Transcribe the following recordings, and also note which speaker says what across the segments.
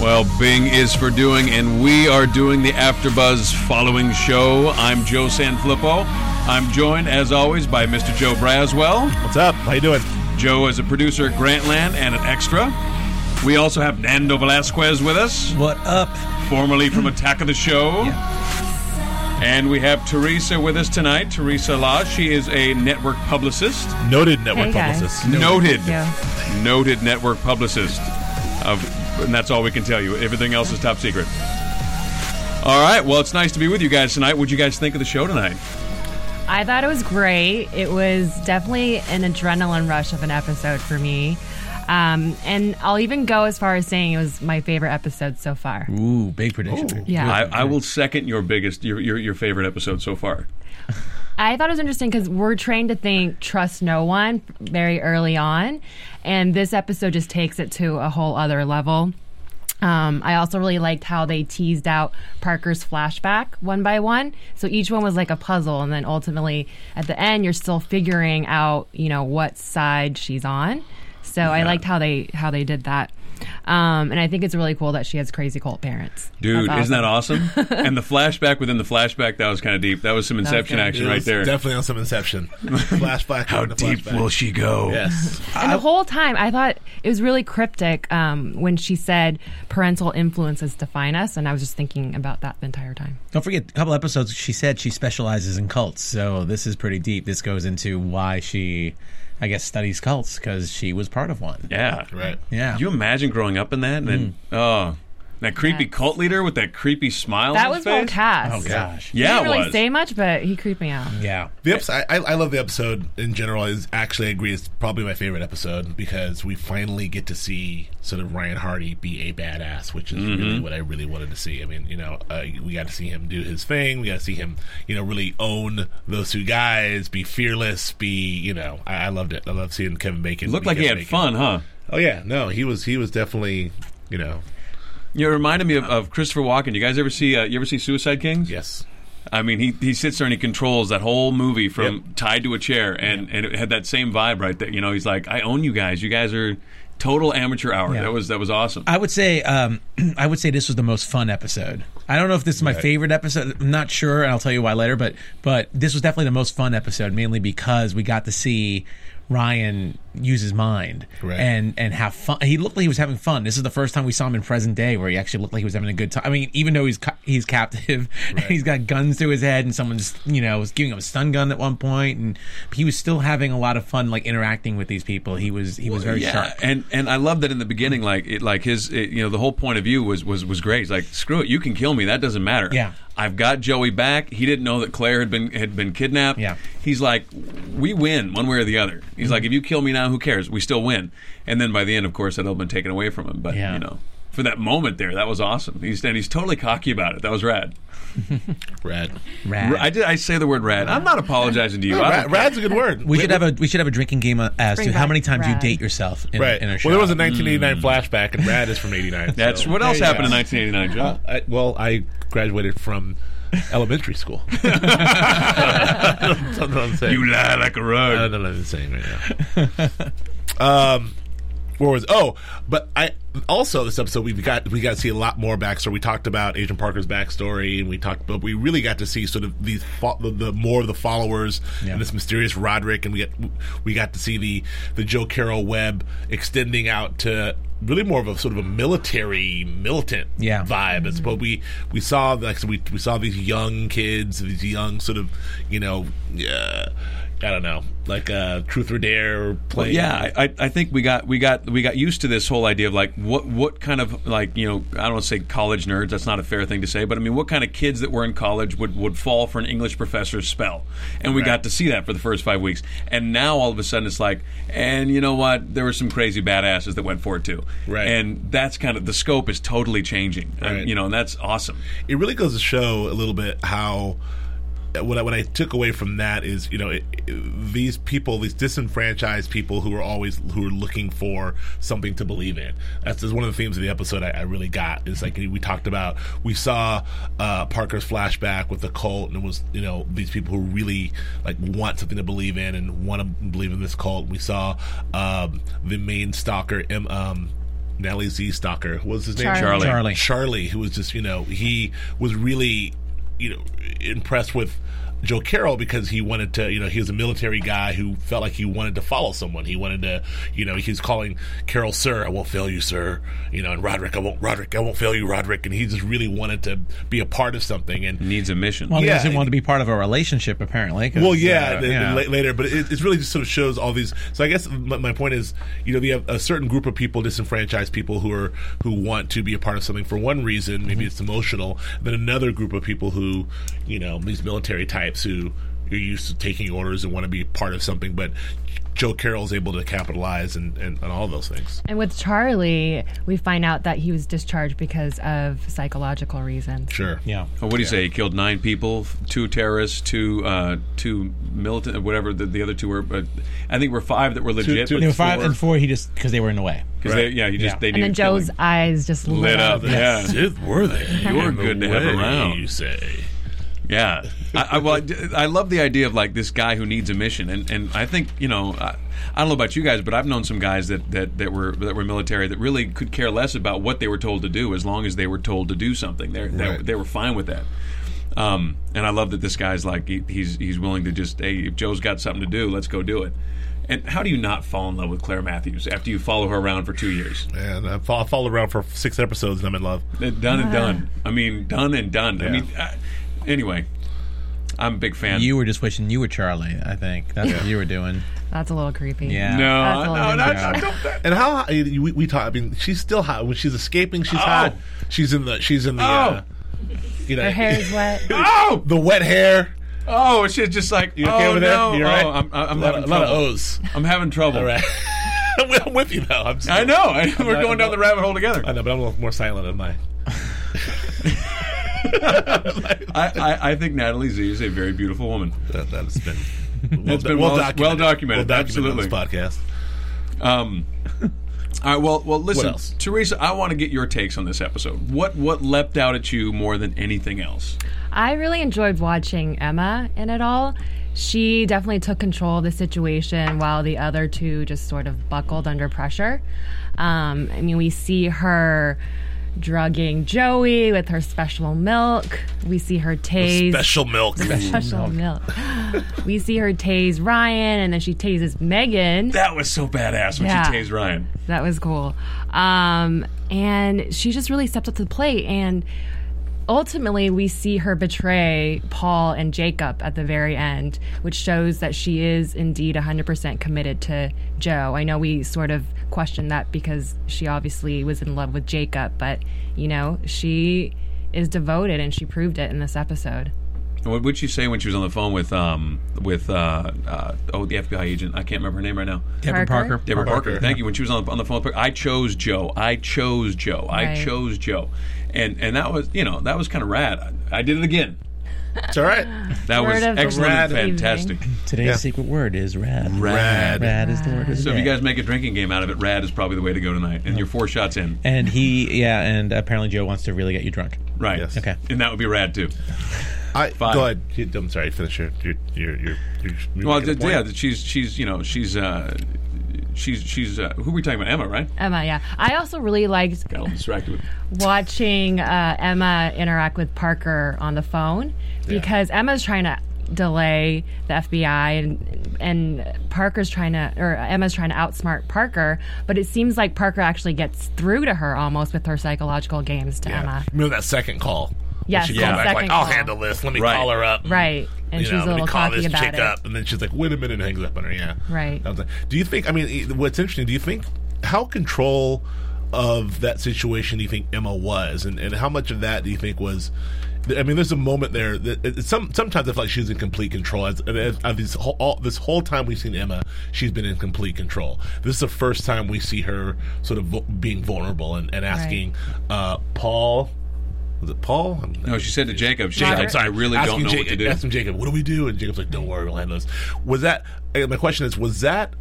Speaker 1: Well, Bing is for doing, and we are doing the AfterBuzz following show. I'm Joe Sanfilippo. I'm joined, as always, by Mr. Joe Braswell.
Speaker 2: What's up? How you doing?
Speaker 1: Joe is a producer at Grantland and an extra. We also have Nando Velasquez with us,
Speaker 3: What up?
Speaker 1: formerly from Attack of the Show. And we have Teresa with us tonight. Teresa La, she is a network publicist.
Speaker 2: Noted network
Speaker 4: Hey, guys.
Speaker 2: publicist.
Speaker 1: Noted.
Speaker 4: Yeah.
Speaker 1: Noted network publicist. Of, and that's all we can tell you. Everything else is top secret. All right. Well, it's nice to be with you guys tonight. What'd you guys think of the show tonight?
Speaker 4: I thought it was great. It was definitely an adrenaline rush of an episode for me. Um, and I'll even go as far as saying it was my favorite episode so far.
Speaker 3: Ooh, big prediction.
Speaker 4: Yeah.
Speaker 1: I, I will second your biggest, your, your, your favorite episode so far.
Speaker 4: I thought it was interesting because we're trained to think trust no one very early on, and this episode just takes it to a whole other level. Um, I also really liked how they teased out Parker's flashback one by one. So each one was like a puzzle, and then ultimately at the end, you're still figuring out, you know, what side she's on. So I liked how they how they did that, um, and I think it's really cool that she has crazy cult parents.
Speaker 1: Dude,
Speaker 4: That's
Speaker 1: isn't that awesome? and the flashback within the flashback, that was kind of deep. That was some Inception
Speaker 4: good.
Speaker 1: action
Speaker 2: It
Speaker 1: right
Speaker 2: was
Speaker 1: there.
Speaker 2: Definitely on some Inception. Flashback.
Speaker 1: How
Speaker 2: on the
Speaker 1: deep
Speaker 2: flashback.
Speaker 1: will she go?
Speaker 2: Yes.
Speaker 4: And the whole time, I thought it was really cryptic um, when she said parental influences define us, and I was just thinking about that the entire time.
Speaker 3: Don't forget, a couple episodes, she said she specializes in cults. So this is pretty deep. This goes into why she, I guess, studies cults because she was part of one.
Speaker 1: Yeah.
Speaker 2: Right.
Speaker 3: Yeah.
Speaker 1: Could you imagine growing up in that? And then, oh, that creepy
Speaker 4: Yeah.
Speaker 1: cult leader with that creepy smile.
Speaker 4: That
Speaker 1: on
Speaker 4: was
Speaker 1: his
Speaker 4: whole
Speaker 1: face?
Speaker 4: cast.
Speaker 3: oh, gosh.
Speaker 4: He
Speaker 1: Yeah,
Speaker 4: didn't
Speaker 1: it
Speaker 4: really
Speaker 1: was.
Speaker 4: say much, but he creeped me out.
Speaker 3: Yeah.
Speaker 2: The episode, I, I I love the episode in general. Is actually I agree. It's probably my favorite episode because we finally get to see sort of Ryan Hardy be a badass, which is really
Speaker 1: Mm-hmm.
Speaker 2: what I really wanted to see. I mean, you know, uh, we got to see him do his thing. We got to see him, you know, really own those two guys, be fearless, be you know. I, I loved it. I love seeing Kevin Bacon.
Speaker 1: It looked
Speaker 2: be
Speaker 1: like he
Speaker 2: Kevin
Speaker 1: had
Speaker 2: Bacon.
Speaker 1: fun, huh?
Speaker 2: Oh yeah, no, he was he was definitely you know
Speaker 1: You reminded me of, of Christopher Walken. You guys ever see uh, you ever see Suicide Kings?
Speaker 2: yes.
Speaker 1: I mean, he, he sits there and he controls that whole movie from tied to a chair, and, and it had that same vibe right there. You know, he's like, I own you guys. You guys are total amateur hour.
Speaker 3: Yeah.
Speaker 1: That was that was awesome.
Speaker 3: I would say, um, I would say this was the most fun episode. I don't know if this is my favorite episode. I'm not sure, and I'll tell you why later. But but this was definitely the most fun episode, mainly because we got to see Ryan use his mind
Speaker 2: Right.
Speaker 3: and and have fun. He looked like he was having fun. This is the first time we saw him in present day where he actually looked like he was having a good time. I mean, even though he's ca- he's captive, and he's got guns to his head, and someone's you know was giving him a stun gun at one point, and he was still having a lot of fun, like interacting with these people. He was he was very sharp.
Speaker 1: And and I love that in the beginning, like it, like his, it, you know, the whole point of view was was was great. He's like, screw it, you can kill me. That doesn't matter.
Speaker 3: Yeah.
Speaker 1: I've got Joey back. He didn't know that Claire had been had been kidnapped.
Speaker 3: Yeah. Mm-hmm.
Speaker 1: He's like, we win one way or the other. He's like, if you kill me now, who cares? We still win. And then by the end, of course, that had been taken away from him. But
Speaker 3: Yeah.
Speaker 1: you know, for that moment there, that was awesome. He's and he's totally cocky about it. That was rad.
Speaker 2: Rad.
Speaker 3: Rad.
Speaker 1: I did. I say the word rad. I'm not apologizing to you. I
Speaker 2: Rad.
Speaker 1: don't-
Speaker 2: Rad's a good word.
Speaker 3: We should have a we should have a drinking game uh, as
Speaker 4: Bring
Speaker 3: to how
Speaker 4: back
Speaker 3: many times you
Speaker 4: Brad.
Speaker 3: date yourself in,
Speaker 2: right.
Speaker 3: in a show.
Speaker 2: well, there was a 1989 flashback, and Rad is from '89.
Speaker 1: That's what else happened in 1989, Joe.
Speaker 3: Uh,
Speaker 2: I, well, I graduated from elementary school. I don't know what I'm saying.
Speaker 1: You lie like
Speaker 2: I
Speaker 1: a
Speaker 2: don't
Speaker 1: rug.
Speaker 2: know what I'm saying right now. um, where was? Oh, but I also this episode we got we got to see a lot more backstory. We talked about Agent Parker's backstory, and we talked, but we really got to see sort of these fo- the, the more of the followers
Speaker 3: Yeah.
Speaker 2: and this mysterious Roderick, and we got we got to see the the Joe Carroll web extending out to really more of a sort of a military militant
Speaker 3: Yeah.
Speaker 2: vibe as opposed we we saw like so we we saw these young kids these young sort of you know uh, I don't know like uh, truth or dare
Speaker 1: Well,
Speaker 2: playing
Speaker 1: yeah, I, I- I think we got we got we got used to this whole idea of like what what kind of like you know I don't want to say college nerds that's not a fair thing to say but I mean what kind of kids that were in college would, would fall for an English professor's spell and we got to see that for the first five weeks and now all of a sudden it's like and you know what there were some crazy badasses that went for it too
Speaker 2: Right.
Speaker 1: and that's kind of the scope is totally changing And,
Speaker 2: Right.
Speaker 1: you know and that's awesome
Speaker 2: it really goes to show a little bit how what I, what I took away from that is you know it, it- these people these disenfranchised people who are always who are looking for something to believe in that's just one of the themes of the episode I, I really got is like we talked about we saw uh, Parker's flashback with the cult and it was you know these people who really like want something to believe in and want to believe in this cult we saw um, the main stalker M, um, Nellie Z stalker what was his name
Speaker 4: Charlie. Charlie.
Speaker 3: Charlie.
Speaker 2: Charlie, who was just you know he was really you know impressed with Joe Carroll because he wanted to you know he was a military guy who felt like he wanted to follow someone. He wanted to you know he was calling Carroll sir, I won't fail you sir, you know, and Roderick, I won't Roderick, I won't fail you Roderick, and he just really wanted to be a part of something and.
Speaker 1: needs a mission
Speaker 3: Well, he
Speaker 2: Yeah,
Speaker 3: doesn't
Speaker 2: it-
Speaker 3: want to be part of a relationship, apparently. 'cause,
Speaker 2: Well, yeah,
Speaker 3: uh,
Speaker 2: and then-
Speaker 3: yeah.
Speaker 2: and la- later, but it, it really just sort of shows all these. So I guess my, my point is, you know, we have a certain group of people, disenfranchised people, who are who want to be a part of something for one reason.
Speaker 1: Mm-hmm.
Speaker 2: Maybe it's emotional. Then another group of people who, you know, these military types who are used to taking orders and want to be part of something, but. Joe Carroll's able to capitalize and, and, and all those things.
Speaker 4: And with Charlie, we find out that he was discharged because of psychological reasons.
Speaker 2: Sure.
Speaker 3: yeah.
Speaker 1: Well, Oh, what do you say? He killed nine people, two terrorists, two uh, two militant, whatever the, the other two were. But I think we're five that were legit.
Speaker 2: two-
Speaker 1: but
Speaker 3: There were five
Speaker 1: four-
Speaker 3: and four. He just because they were in the way.
Speaker 1: 'cause they- yeah, you just
Speaker 3: Yeah.
Speaker 1: they
Speaker 4: And then
Speaker 1: needed killing.
Speaker 4: Joe's eyes just lit,
Speaker 1: lit up. Yeah,
Speaker 2: Sith were they?
Speaker 1: You're
Speaker 2: In the
Speaker 1: good to have
Speaker 2: way,
Speaker 1: around.
Speaker 2: You say.
Speaker 1: Yeah, I, I, well, I d- I love the idea of like this guy who needs a mission, and, and I think you know, I, I don't know about you guys, but I've known some guys that, that, that were that were military that really could care less about what they were told to do as long as they were told to do something. They're, they
Speaker 2: Right.
Speaker 1: they were fine with that. Um, and I love that this guy's like he, he's he's willing to just hey, if Joe's got something to do, let's go do it. And how do you not fall in love with Claire Matthews after you follow her around for two years?
Speaker 2: And I fo- I followed around for six episodes and I'm in love.
Speaker 1: Uh, Done and done. I mean, done and done. I
Speaker 2: Yeah.
Speaker 1: mean, I, anyway, I'm a big fan.
Speaker 3: You were just wishing you were Charlie. I think that's what you were doing.
Speaker 4: That's a little creepy.
Speaker 3: Yeah.
Speaker 1: No,
Speaker 4: That's all
Speaker 1: no,
Speaker 4: I'm
Speaker 1: no,
Speaker 4: gonna
Speaker 1: no, don't. that-
Speaker 2: And how we, we talk? I mean, she's still hot when she's escaping. She's
Speaker 1: Oh.
Speaker 2: hot. She's in the. She's in the. Uh, you know,
Speaker 4: Her hair is wet.
Speaker 1: Oh,
Speaker 2: the wet hair.
Speaker 1: oh, it's just like
Speaker 2: You okay
Speaker 1: oh
Speaker 2: over there?
Speaker 1: no,
Speaker 2: You all
Speaker 1: oh,
Speaker 2: right?
Speaker 1: I'm, I'm
Speaker 2: a lot,
Speaker 1: having
Speaker 2: of- a lot of
Speaker 1: trouble.
Speaker 2: O's.
Speaker 1: I'm having trouble.
Speaker 2: All right. I'm with you though. I'm just,
Speaker 1: I know. I, we're
Speaker 2: not-
Speaker 1: going
Speaker 2: I'm
Speaker 1: down
Speaker 2: not-
Speaker 1: the rabbit hole together.
Speaker 2: I know, but I'm a little more silent than my.
Speaker 1: I, I, I think Natalie Z is a very beautiful woman.
Speaker 2: That, that has been. Well,
Speaker 1: been well- well documented, absolutely.
Speaker 2: on this podcast.
Speaker 1: Um, all right. Well, well. Listen,
Speaker 2: else?
Speaker 1: Teresa, I want to get your takes on this episode. What what leapt out at you more than anything else?
Speaker 4: I really enjoyed watching Emma in it all. She definitely took control of the situation while the other two just sort of buckled under pressure. Um, I mean, we see her drugging Joey with her special milk. We see her tase
Speaker 2: Special milk.
Speaker 4: special milk. we see her tase Ryan, and then she tases Megan.
Speaker 1: That was so badass when
Speaker 4: Yeah.
Speaker 1: she tased Ryan.
Speaker 4: That was cool. Um, and she just really stepped up to the plate. And ultimately, we see her betray Paul and Jacob at the very end, which shows that she is indeed 100% committed to Joe. I know we sort of questioned that because she obviously was in love with Jacob, but, you know, she is devoted and she proved it in this episode.
Speaker 1: What would she say when she was on the phone with um with uh, uh oh the FBI agent? I can't remember her name right now.
Speaker 3: Deborah
Speaker 4: Parker?
Speaker 3: Parker.
Speaker 1: Deborah Parker. Thank you. When she was on the, on the phone, I chose Joe. I chose Joe. I
Speaker 4: Right.
Speaker 1: chose Joe, and and that was you know that was kind of rad. I, I did it again.
Speaker 2: It's all right.
Speaker 1: That
Speaker 4: Word
Speaker 1: was
Speaker 4: of the
Speaker 1: excellent, and
Speaker 4: evening.
Speaker 1: fantastic.
Speaker 3: Today's secret word is rad.
Speaker 1: Rad.
Speaker 3: Rad is the word. Of the
Speaker 1: So if
Speaker 3: day.
Speaker 1: you guys make a drinking game out of it, rad is probably the way to go tonight. And you're four shots in,
Speaker 3: and he, yeah, and apparently Joe wants to really get you drunk.
Speaker 1: right?
Speaker 2: Yes.
Speaker 3: Okay.
Speaker 1: And that would be rad too.
Speaker 2: I,
Speaker 1: Fine.
Speaker 2: go ahead. You- I'm sorry. Finish your your your. your, your you're
Speaker 1: Well,
Speaker 2: making a
Speaker 1: th-
Speaker 2: point.
Speaker 1: yeah, that she's she's you know she's uh she's she's uh, who are we talking about? Emma, right?
Speaker 4: Emma, yeah. I also really liked
Speaker 1: Got a little distracted. With,
Speaker 4: watching uh, Emma interact with Parker on the phone because Emma's trying to delay the FBI and and Parker's trying to or Emma's trying to outsmart Parker, but it seems like Parker actually gets through to her almost with her psychological games to Emma.
Speaker 2: Remember that second call? When
Speaker 4: Yes,
Speaker 2: she
Speaker 4: yeah.
Speaker 2: called back like,
Speaker 4: second
Speaker 2: I'll
Speaker 4: call.
Speaker 2: handle this. Let me
Speaker 1: Right.
Speaker 2: call her up.
Speaker 4: Right. And
Speaker 2: you
Speaker 4: she's
Speaker 2: know,
Speaker 4: a
Speaker 2: let me
Speaker 4: little
Speaker 2: call
Speaker 4: cocky
Speaker 2: this
Speaker 4: about
Speaker 2: chick
Speaker 4: it.
Speaker 2: up, and then she's like, "Wait a minute," and hangs up on her. Yeah,
Speaker 4: Right.
Speaker 2: That was like- do you think? I mean, e- what's interesting? Do you think how control of that situation do you think Emma was, and, and how much of that do you think was? I mean, there's a moment there that it, it- some sometimes I feel like she was in complete control. As, as, as this whole all, this whole time we've seen Emma, she's been in complete control. This is the first time we see her sort of vu- being vulnerable and, and asking uh, Paul. Was it Paul? I'm-
Speaker 1: No, she said to Jacob, she's
Speaker 4: Robert.
Speaker 1: like, I really
Speaker 2: asking
Speaker 1: don't know
Speaker 2: Jacob,
Speaker 1: what to do.
Speaker 2: Asking Jacob, what do we do? And Jacob's like, don't worry, we'll handle this. Was that, uh, my question is, was that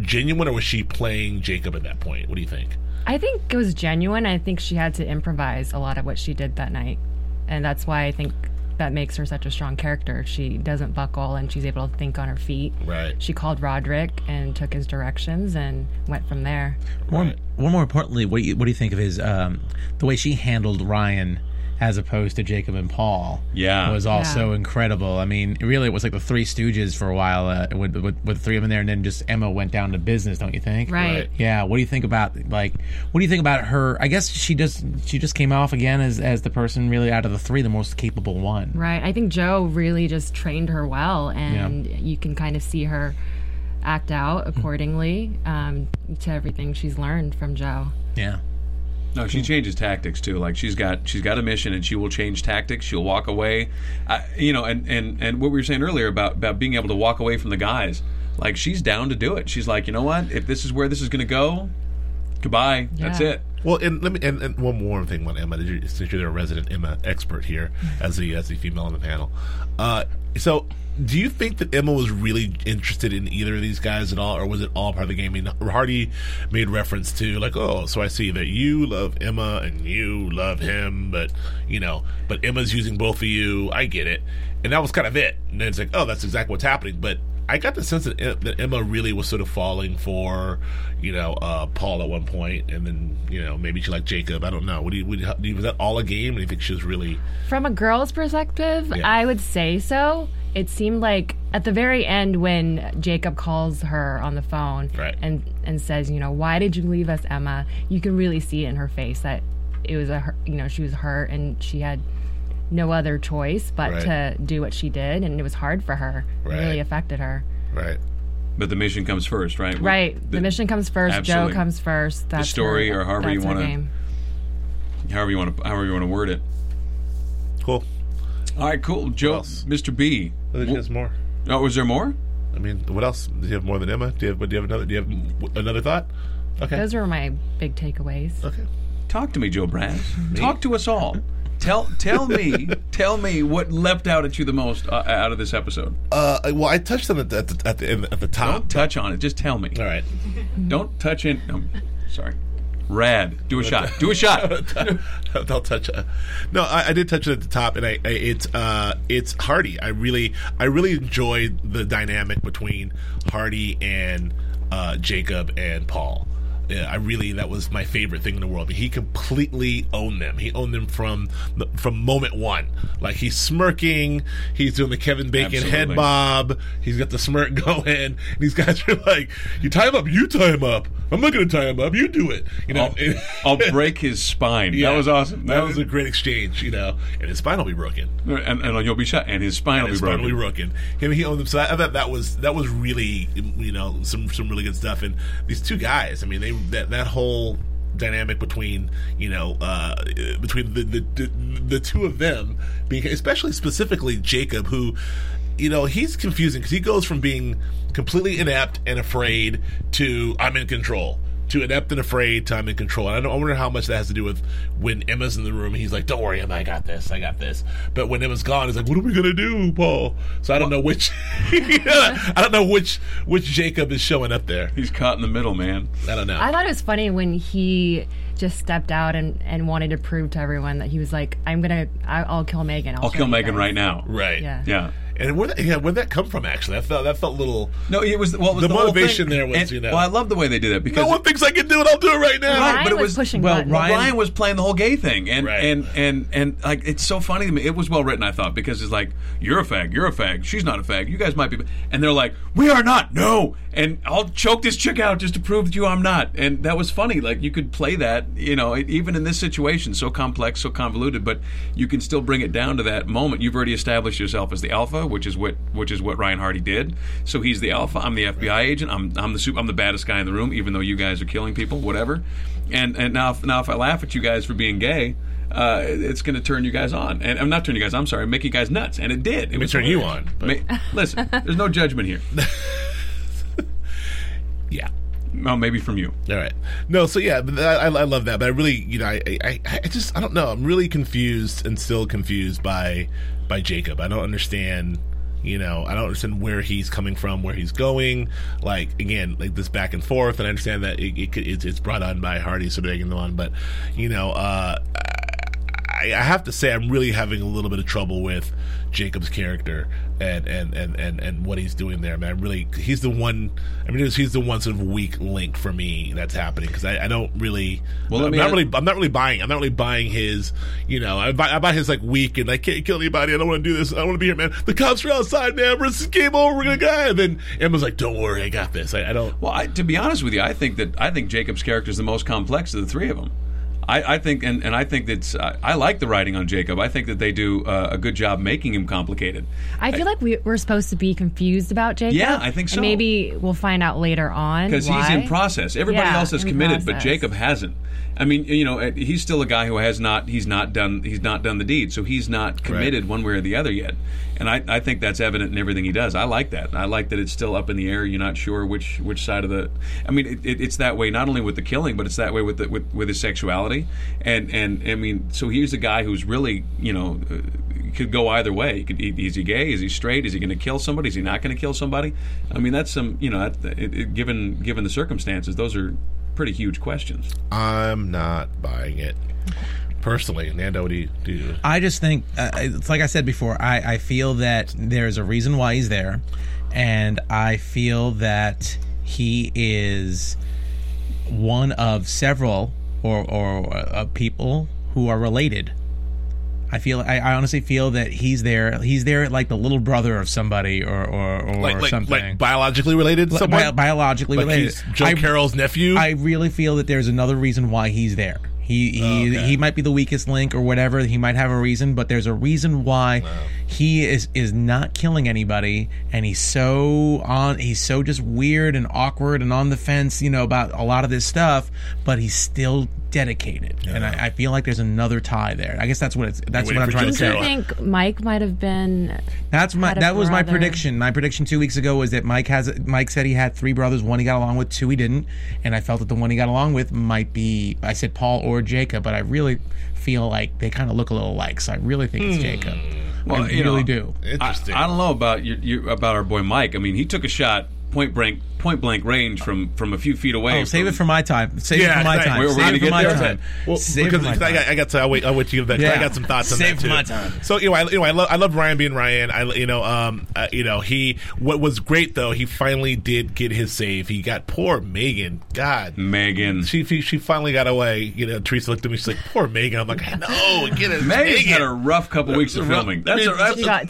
Speaker 2: genuine or was she playing Jacob at that point? What do you think?
Speaker 4: I think it was genuine. I think she had to improvise a lot of what she did that night. And that's why I think that makes her such a strong character. She doesn't buckle and she's able to think on her feet.
Speaker 2: Right.
Speaker 4: She called Roderick and took his directions and went from there.
Speaker 3: More, well, more importantly, what do you, what do you think of his um, the way she handled Ryan as opposed to Jacob and Paul?
Speaker 1: Yeah.
Speaker 3: was also incredible. I mean, really, it was like the Three Stooges for a while uh, with, with with the three of them there, and then just Emma went down to business. Don't you think?
Speaker 4: Right.
Speaker 3: Yeah. What do you think about like What do you think about her? I guess she just she just came off again as as the person really out of the three, the most capable one.
Speaker 4: Right. I think Joe really just trained her well, and you can kind of see her act out accordingly um, to everything she's learned from Joe.
Speaker 3: Yeah.
Speaker 1: No,
Speaker 4: Hmm.
Speaker 1: she changes tactics too. Like she's got she's got a mission, and she will change tactics. She'll walk away, I, you know. And, and and what we were saying earlier about about being able to walk away from the guys, like she's down to do it. She's like, you know what? If this is where this is going to go, goodbye. That's
Speaker 4: Yeah.
Speaker 1: it.
Speaker 2: Well, and let me and, and one more thing about Emma, did you- since you're a resident Emma expert here as the as the female on the panel. Uh, so, do you think that Emma was really interested in either of these guys at all, or was it all part of the game? I mean, Hardy made reference to like, oh, so I see that you love Emma and you love him, but you know, but Emma's using both of you. I get it, and that was kind of it. And then it's like, oh, that's exactly what's happening, but. I got the sense that, Em- that Emma really was sort of falling for, you know, uh, Paul at one point, and then you know maybe she liked Jacob. I don't know. What do you, what do you- do you- was that all a game? Do you think she was really
Speaker 4: From a girl's perspective,
Speaker 2: Yeah.
Speaker 4: I would say so. It seemed like at the very end when Jacob calls her on the phone
Speaker 2: Right.
Speaker 4: and and says, you know, why did you leave us, Emma? You can really see it in her face that it was a her- you know she was hurt and she had no other choice but
Speaker 2: Right.
Speaker 4: to do what she did, and it was hard for her. It
Speaker 2: Right.
Speaker 4: really affected her.
Speaker 2: right?
Speaker 1: But the mission comes first, right? We-
Speaker 4: Right. The, mission comes first.
Speaker 1: absolutely.
Speaker 4: Joe comes first. That's
Speaker 1: story
Speaker 4: her-
Speaker 1: or however you
Speaker 4: that's her
Speaker 1: wanna-
Speaker 4: game.
Speaker 1: However you want to however you want to word it.
Speaker 2: Cool.
Speaker 1: All right, cool. Joe,
Speaker 2: else?
Speaker 1: Mr. B.
Speaker 2: I think there's more.
Speaker 1: Oh, was there more?
Speaker 2: I mean, what else? Do you have more than Emma? Do you have? Do you have another? Do you have w- another thought? Okay.
Speaker 4: Those were my big takeaways.
Speaker 2: okay.
Speaker 1: Talk to me, Joe Brand. Talk to us all. Tell tell me tell me what leapt out at you the most uh, out of this episode.
Speaker 2: Uh, well, I touched on it at the at the, in- at the top.
Speaker 1: Don't touch on it. Just tell me.
Speaker 2: All right.
Speaker 1: Don't touch in. Um, sorry. Rad. Do a shot. Do a shot.
Speaker 2: I'll touch. Uh, no, I, I did touch it at the top, and I, I it's uh, it's Hardy. I really, I really enjoyed the dynamic between Hardy and uh, Jacob and Paul. Yeah, I really that was my favorite thing in the world. He completely owned them. He owned them from the, from moment one. Like he's smirking, he's doing the Kevin Bacon head
Speaker 1: Absolutely.
Speaker 2: bob. He's got the smirk going, and these guys are like, "You tie him up, you tie him up. I'm not going to tie him up. You do it." You know,
Speaker 1: I'll, I'll break his spine.
Speaker 2: yeah.
Speaker 1: That was awesome.
Speaker 2: That was a great exchange, you know. And his spine will be broken.
Speaker 1: and, and you'll be shot. And his spine will be
Speaker 2: His spine
Speaker 1: broken.
Speaker 2: will be broken. Him, he owned them. So I, I thought that was that was really, you know, some some really good stuff. And these two guys, I mean, they that that whole dynamic between you know uh between the the, the, the two of them being especially specifically jacob who you know he's confusing because he goes from being completely inept and afraid to i'm in control to inept and afraid to I'm in control. And I, don't, I wonder how much that has to do with when Emma's in the room. He's like, "Don't worry, Emma, I got this, I got this." But when Emma's gone, he's like, "What are we gonna do, Paul?" So I don't know which. I don't know which which Jacob is showing up there.
Speaker 1: He's caught in the middle, man.
Speaker 2: I don't know.
Speaker 4: I thought it was funny when he just stepped out and, and wanted to prove to everyone that he was like, I'm gonna, I- I'll kill Megan. I'll,
Speaker 1: I'll
Speaker 4: show
Speaker 1: kill
Speaker 4: you
Speaker 1: Megan
Speaker 4: guys."
Speaker 1: right now.
Speaker 2: right.
Speaker 4: Yeah.
Speaker 1: Yeah.
Speaker 2: And where that, yeah, where that come from? Actually, that felt that felt a little.
Speaker 1: No, it was well, it was
Speaker 2: The
Speaker 1: the, whole
Speaker 2: motivation
Speaker 1: thing.
Speaker 2: there was,
Speaker 1: And-
Speaker 2: you know.
Speaker 1: Well, I love the way they did it because
Speaker 2: No one thinks I can do it. I'll do it right now.
Speaker 4: Right. Ryan
Speaker 1: but it
Speaker 4: was
Speaker 1: was
Speaker 4: pushing
Speaker 3: well,
Speaker 4: buttons.
Speaker 1: Ryan,
Speaker 3: Ryan-
Speaker 1: was playing the whole gay thing, and
Speaker 2: Right.
Speaker 1: and and and like it's so funny to me. It was well written, I thought, because it's like you're a fag, you're a fag, she's not a fag, you guys might be, and they're like, we are not, no, and I'll choke this chick out just to prove to you I'm not, and that was funny. Like you could play that, you know, it- even in this situation, so complex, so convoluted, but you can still bring it down to that moment. You've already established yourself as the alpha, which is what which is what Ryan Hardy did. So he's the alpha. I'm the FBI agent. I'm I'm the super, I'm the baddest guy in the room, even though you guys are killing people, whatever and and now if, now if I laugh at you guys for being gay, uh, it's going to turn you guys on, and I'm not turning you guys. I'm sorry, make you guys nuts, and it
Speaker 2: Let
Speaker 1: did. It
Speaker 2: me
Speaker 1: was
Speaker 2: turn you on. But
Speaker 1: Ma- listen, there's no judgment here.
Speaker 2: yeah.
Speaker 1: Well, maybe from you.
Speaker 2: All right. No, so yeah, but I, I I love that. But I really, you know, I, I, I just, I don't know. I'm really confused and still confused by, by Jacob. I don't understand, you know, I don't understand where he's coming from, where he's going. Like, again, like this back and forth. And I understand that it, it, could- it's, it's brought on by Hardy, so they and on. But, you know, uh, I, I have to say I'm really having a little bit of trouble with Jacob's character and and, and, and, and what he's doing there, man. Really, he's the one. I mean, he's the one sort of weak link for me that's happening because I, I don't really.
Speaker 1: Well, let
Speaker 2: I'm
Speaker 1: me
Speaker 2: not
Speaker 1: add-
Speaker 2: really. I'm not really buying. I'm not really buying his. You know, I buy, I buy his like weak and I can't kill anybody. I don't want to do this. I don't want to be here, man. The cops are outside, man. We're this is game over. We're gonna die. And then Emma's like, "Don't worry, I got this." I, I don't.
Speaker 1: Well, I, to be honest with you, I think that I think Jacob's character is the most complex of the three of them. I, I think, and, and I think that's I, I like the writing on Jacob. I think that they do uh, a good job making him complicated.
Speaker 4: I feel like we, we're supposed to be confused about Jacob.
Speaker 1: Yeah, I think so.
Speaker 4: And maybe we'll find out later on
Speaker 1: because he's
Speaker 4: why.
Speaker 1: in process. Everybody
Speaker 4: Yeah,
Speaker 1: else has
Speaker 4: in
Speaker 1: committed, but
Speaker 4: process.
Speaker 1: Jacob hasn't. I mean, you know, uh, he's still a guy who has not. He's not done. He's not done the deed, so he's not committed one way or the other yet. And I, I think that's evident in everything he does. I like that. I like that it's still up in the air. You're not sure which which side of the. I mean, it, it, it's that way not only with the killing, but it's that way with the, with with his sexuality. And and I mean, so here's a guy who's really you know. Uh, could go either way. He could, he- is he gay? Is he straight? Is he going to kill somebody? Is he not going to kill somebody? I mean, that's some you know, that, it, it, given given the circumstances, those are pretty huge questions.
Speaker 2: I'm not buying it personally. Nando, what do you do? You,
Speaker 3: I just think uh, it's like I said before. I, I feel that there's a reason why he's there, and I feel that he is one of several or or uh, people who are related. I feel I, I honestly feel that he's there. He's there like the little brother of somebody or or, or
Speaker 2: like, like,
Speaker 3: something.
Speaker 2: like biologically related? to
Speaker 3: Bi-
Speaker 2: someone?
Speaker 3: biologically
Speaker 2: Like
Speaker 3: related.
Speaker 2: he's Joe
Speaker 3: I-
Speaker 2: Carroll's nephew.
Speaker 3: I really feel that there's another reason why he's there. He
Speaker 2: Oh,
Speaker 3: he he might be the weakest link or whatever. He might have a reason, but there's a reason why he is is not killing anybody, and he's so on. He's so just weird and awkward and on the fence, you know, about a lot of this stuff. But he's still dedicated, and I, I feel like there's another tie there. I guess that's what it's, that's
Speaker 2: waiting
Speaker 3: what I'm
Speaker 2: for
Speaker 3: trying to
Speaker 2: Joe
Speaker 3: say.
Speaker 4: I think Mike might have been.
Speaker 3: That's my
Speaker 4: had a
Speaker 3: that was my
Speaker 4: brother.
Speaker 3: prediction. My prediction two weeks ago was that Mike has Mike said he had three brothers. One he got along with, two he didn't, and I felt that the one he got along with might be I said Paul or Jacob, but I really feel like they kind of look a little alike. So I really think it's Jacob.
Speaker 1: Hmm. Well,
Speaker 3: I
Speaker 1: you
Speaker 3: really
Speaker 1: know,
Speaker 3: do.
Speaker 1: I,
Speaker 2: Interesting.
Speaker 1: I don't know about your, your, about our boy Mike. I mean, he took a shot point blank point blank range from from a few feet away.
Speaker 3: Oh, save
Speaker 1: from-
Speaker 3: it for my time. Save it for my
Speaker 2: exactly.
Speaker 3: time.
Speaker 1: We're- we're
Speaker 3: save
Speaker 1: gonna
Speaker 3: it for
Speaker 1: get
Speaker 3: my
Speaker 1: there.
Speaker 3: time.
Speaker 2: Well,
Speaker 3: save it for
Speaker 2: because
Speaker 3: my
Speaker 2: I got,
Speaker 3: time.
Speaker 2: I got to, I'll wait, I'll wait till you get back. 'cause I
Speaker 3: Yeah.
Speaker 2: got some thoughts on
Speaker 3: Save
Speaker 2: that too.
Speaker 3: my time.
Speaker 2: So you know, I, you know, I love, I love Ryan being Ryan. I, you know, um, uh, you know, he. What was great though, he finally did get his save. He got poor Megan. God,
Speaker 1: Mm. Megan.
Speaker 2: she, she, she finally got away. You know, Teresa looked at me. She's like, "Poor Megan." I'm like, "I know, get it,
Speaker 1: Megan's
Speaker 2: Megan."
Speaker 1: had a rough couple weeks of
Speaker 2: rough-
Speaker 1: filming.
Speaker 2: I
Speaker 1: That's a,
Speaker 2: mean,
Speaker 1: that's
Speaker 4: He
Speaker 1: a-
Speaker 4: got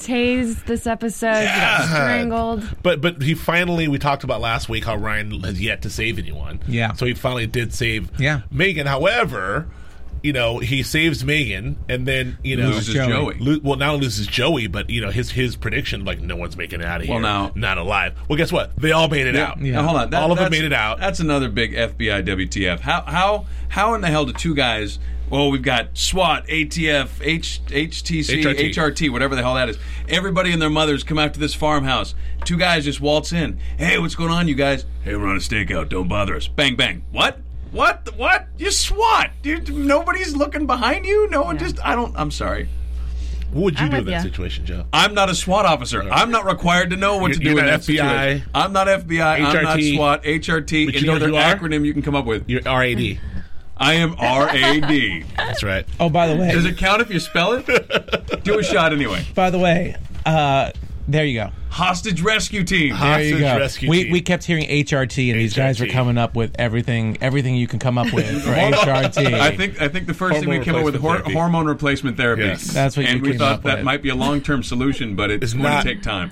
Speaker 4: tased this episode. He got
Speaker 2: Yeah.
Speaker 4: strangled.
Speaker 2: But but he finally we talked about last week how Ryan has yet to save anyone.
Speaker 3: Yeah.
Speaker 2: So he finally did save
Speaker 3: Yeah.
Speaker 2: Megan. However, you know, he saves Megan and then, you know,
Speaker 1: loses
Speaker 3: Joey.
Speaker 1: Joey.
Speaker 2: Lo- well, not only loses Joey, but you know his his prediction like no one's making it out of
Speaker 1: Well,
Speaker 2: here,
Speaker 1: now-
Speaker 2: not alive. Well, guess what? They all made it out.
Speaker 1: Now, hold on. That-
Speaker 2: all of them
Speaker 1: that's-
Speaker 2: made it out.
Speaker 1: That's another big FBI WTF. How how how in the hell do two guys? Well, we've got SWAT, ATF, H, HTC,
Speaker 2: HRT.
Speaker 1: HRT. whatever the hell that is. Everybody and their mothers come out to this farmhouse. Two guys just waltz in. Hey, what's going on, you guys? Hey, we're on a stakeout. Don't bother us. Bang, bang. What? What? What? You SWAT? Dude, nobody's looking behind you. No one
Speaker 4: Yeah.
Speaker 1: just. I don't. I'm sorry.
Speaker 2: what would you
Speaker 4: I'm
Speaker 2: do in
Speaker 4: with
Speaker 2: that
Speaker 4: ya.
Speaker 2: situation, Joe?
Speaker 1: I'm not a SWAT officer. I'm not required to know what
Speaker 2: You're-
Speaker 1: to do
Speaker 2: you're
Speaker 1: in
Speaker 2: not
Speaker 1: that
Speaker 2: FBI.
Speaker 1: situation. I'm not FBI. I'm not
Speaker 2: HRT.
Speaker 1: SWAT. HRT.
Speaker 2: But
Speaker 1: Any
Speaker 2: you know what
Speaker 1: other
Speaker 2: you are?
Speaker 1: acronym you can come up with.
Speaker 2: You're RAD.
Speaker 1: I am RAD.
Speaker 2: That's right.
Speaker 3: Oh, by the way,
Speaker 1: Does it count if you spell it? Do a shot anyway.
Speaker 3: by the way, uh, There you go.
Speaker 1: Hostage rescue team.
Speaker 3: There you
Speaker 2: Hostage
Speaker 3: go.
Speaker 2: rescue
Speaker 3: we,
Speaker 2: team.
Speaker 3: we kept hearing HRT, and these guys were
Speaker 2: HRT.
Speaker 3: coming up with everything everything you can come up with for HRT.
Speaker 1: I think I think the first thing we
Speaker 2: Hormone
Speaker 1: came up with hor-
Speaker 2: replacement therapy.
Speaker 1: hormone replacement therapy.
Speaker 2: Yes.
Speaker 3: That's what
Speaker 1: and
Speaker 3: you
Speaker 1: we
Speaker 3: came
Speaker 1: thought
Speaker 3: up
Speaker 1: that
Speaker 3: with.
Speaker 1: might be a long term solution, but it's,
Speaker 2: It's
Speaker 1: going
Speaker 2: not.
Speaker 1: to take time.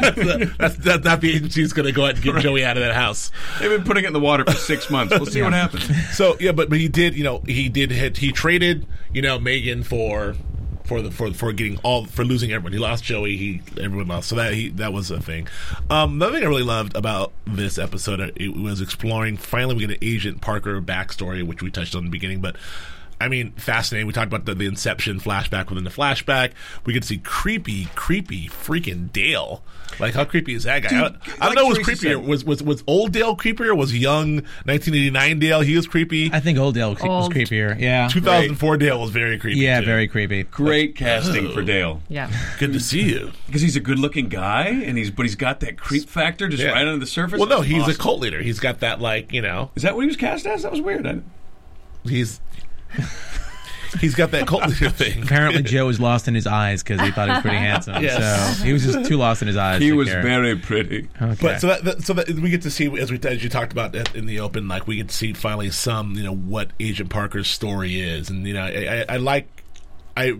Speaker 2: that's, that's not the agency's going to go out and get Joey out of that house.
Speaker 1: They've been putting it in the water for six months. We'll see what happens.
Speaker 2: So yeah, but, but he did, you know, he did hit. He traded, you know, Megan for for the for for getting all for losing everyone. He lost Joey. He everyone lost. So that he that was a thing. Um, another thing I really loved about this episode uh, it was exploring. Finally, we get an Agent Parker backstory, which we touched on in the beginning, but. I mean, fascinating. We talked about the, the Inception flashback within the flashback. We get to see creepy, creepy freaking Dale. Like, how creepy is that guy? I, don't- I don't
Speaker 1: like
Speaker 2: know. It was
Speaker 1: Teresa
Speaker 2: creepier.
Speaker 1: said-
Speaker 2: Was was was old Dale creepier? Was young 1989 Dale? He was creepy.
Speaker 3: I think old Dale was,
Speaker 4: Old.
Speaker 3: creepier. Yeah.
Speaker 2: 2004 Dale was very creepy.
Speaker 3: Yeah,
Speaker 2: too.
Speaker 3: very creepy.
Speaker 1: Great casting for Dale
Speaker 4: Yeah.
Speaker 2: good to see you.
Speaker 1: because he's a good looking guy, and he's but he's got that creep factor just
Speaker 2: Yeah.
Speaker 1: right under the surface.
Speaker 2: Well, no,
Speaker 1: It's
Speaker 2: he's a
Speaker 1: awesome.
Speaker 2: cult leader. He's got that like you know
Speaker 1: Is that what he was cast as? That was weird. I,
Speaker 2: he's he's got that cult leader thing.
Speaker 3: Apparently, Joe was lost in his eyes because he thought he was pretty handsome.
Speaker 2: Yes.
Speaker 3: So he was just too lost in his eyes.
Speaker 1: he
Speaker 3: to
Speaker 1: was
Speaker 3: care.
Speaker 1: very pretty.
Speaker 3: Okay.
Speaker 2: But so that, that so that we get to see as we as you talked about at- in the open, like we get to see finally some you know what Agent Parker's story is, and you know I, I, I like. I,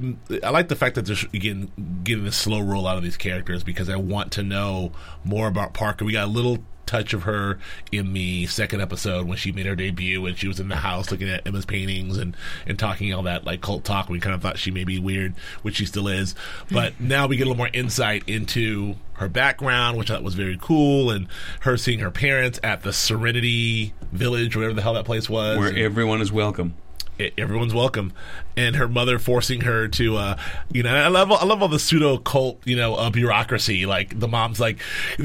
Speaker 2: I like the fact that there's again getting a slow roll out of these characters because I want to know more about Parker. We got a little touch of her in the second episode when she made her debut and she was in the house looking at Emma's paintings and and talking all that like cult talk. We kind of thought she may be weird, which she still is, but now we get a little more insight into her background, which I thought was very cool, and her seeing her parents at the Serenity Village, whatever the hell that place was,
Speaker 1: Where
Speaker 2: and-
Speaker 1: everyone is welcome.
Speaker 2: e- everyone's welcome and her mother forcing her to uh you know and i love i love all the pseudo cult you know uh, bureaucracy like the mom's like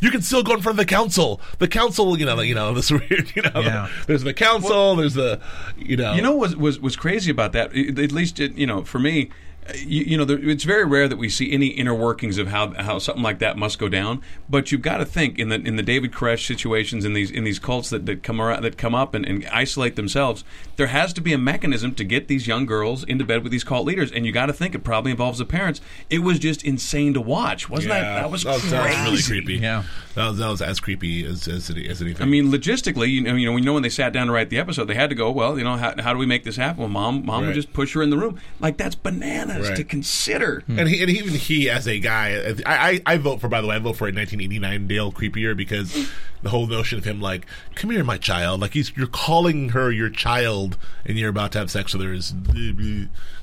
Speaker 2: you can still go in front of the council the council you know you know this weird you know
Speaker 3: Yeah.
Speaker 2: there's the council there's the you know
Speaker 1: You know what was was, was crazy about that? It- At least it, you know for me, uh, you, you know there, it's very rare that we see any inner workings of how how something like that must go down. But you've got to think in the in the David Koresh situations in these in these cults that, that come around that come up and, and isolate themselves, there has to be a mechanism to get these young girls into bed with these cult leaders, and you got to think it probably involves the parents. It was just insane to watch, wasn't that? That was crazy.
Speaker 2: really creepy
Speaker 3: Yeah.
Speaker 2: that was, that was as creepy as as, any- as anything
Speaker 1: I mean, logistically, you know, you know, we know when they sat down to write the episode, they had to go. Well, you know, how, how do we make this happen? Well, mom, mom would
Speaker 2: Right.
Speaker 1: just push her in the room. Like that's bananas
Speaker 2: Right.
Speaker 1: to consider.
Speaker 3: Hmm.
Speaker 2: And, he, and even he, as a guy, I, I, I vote for. By the way, I vote for a 1989 Dale creepier because the whole notion of him like, "Come here, my child," like he's you're calling her your child, and you're about to have sex with her is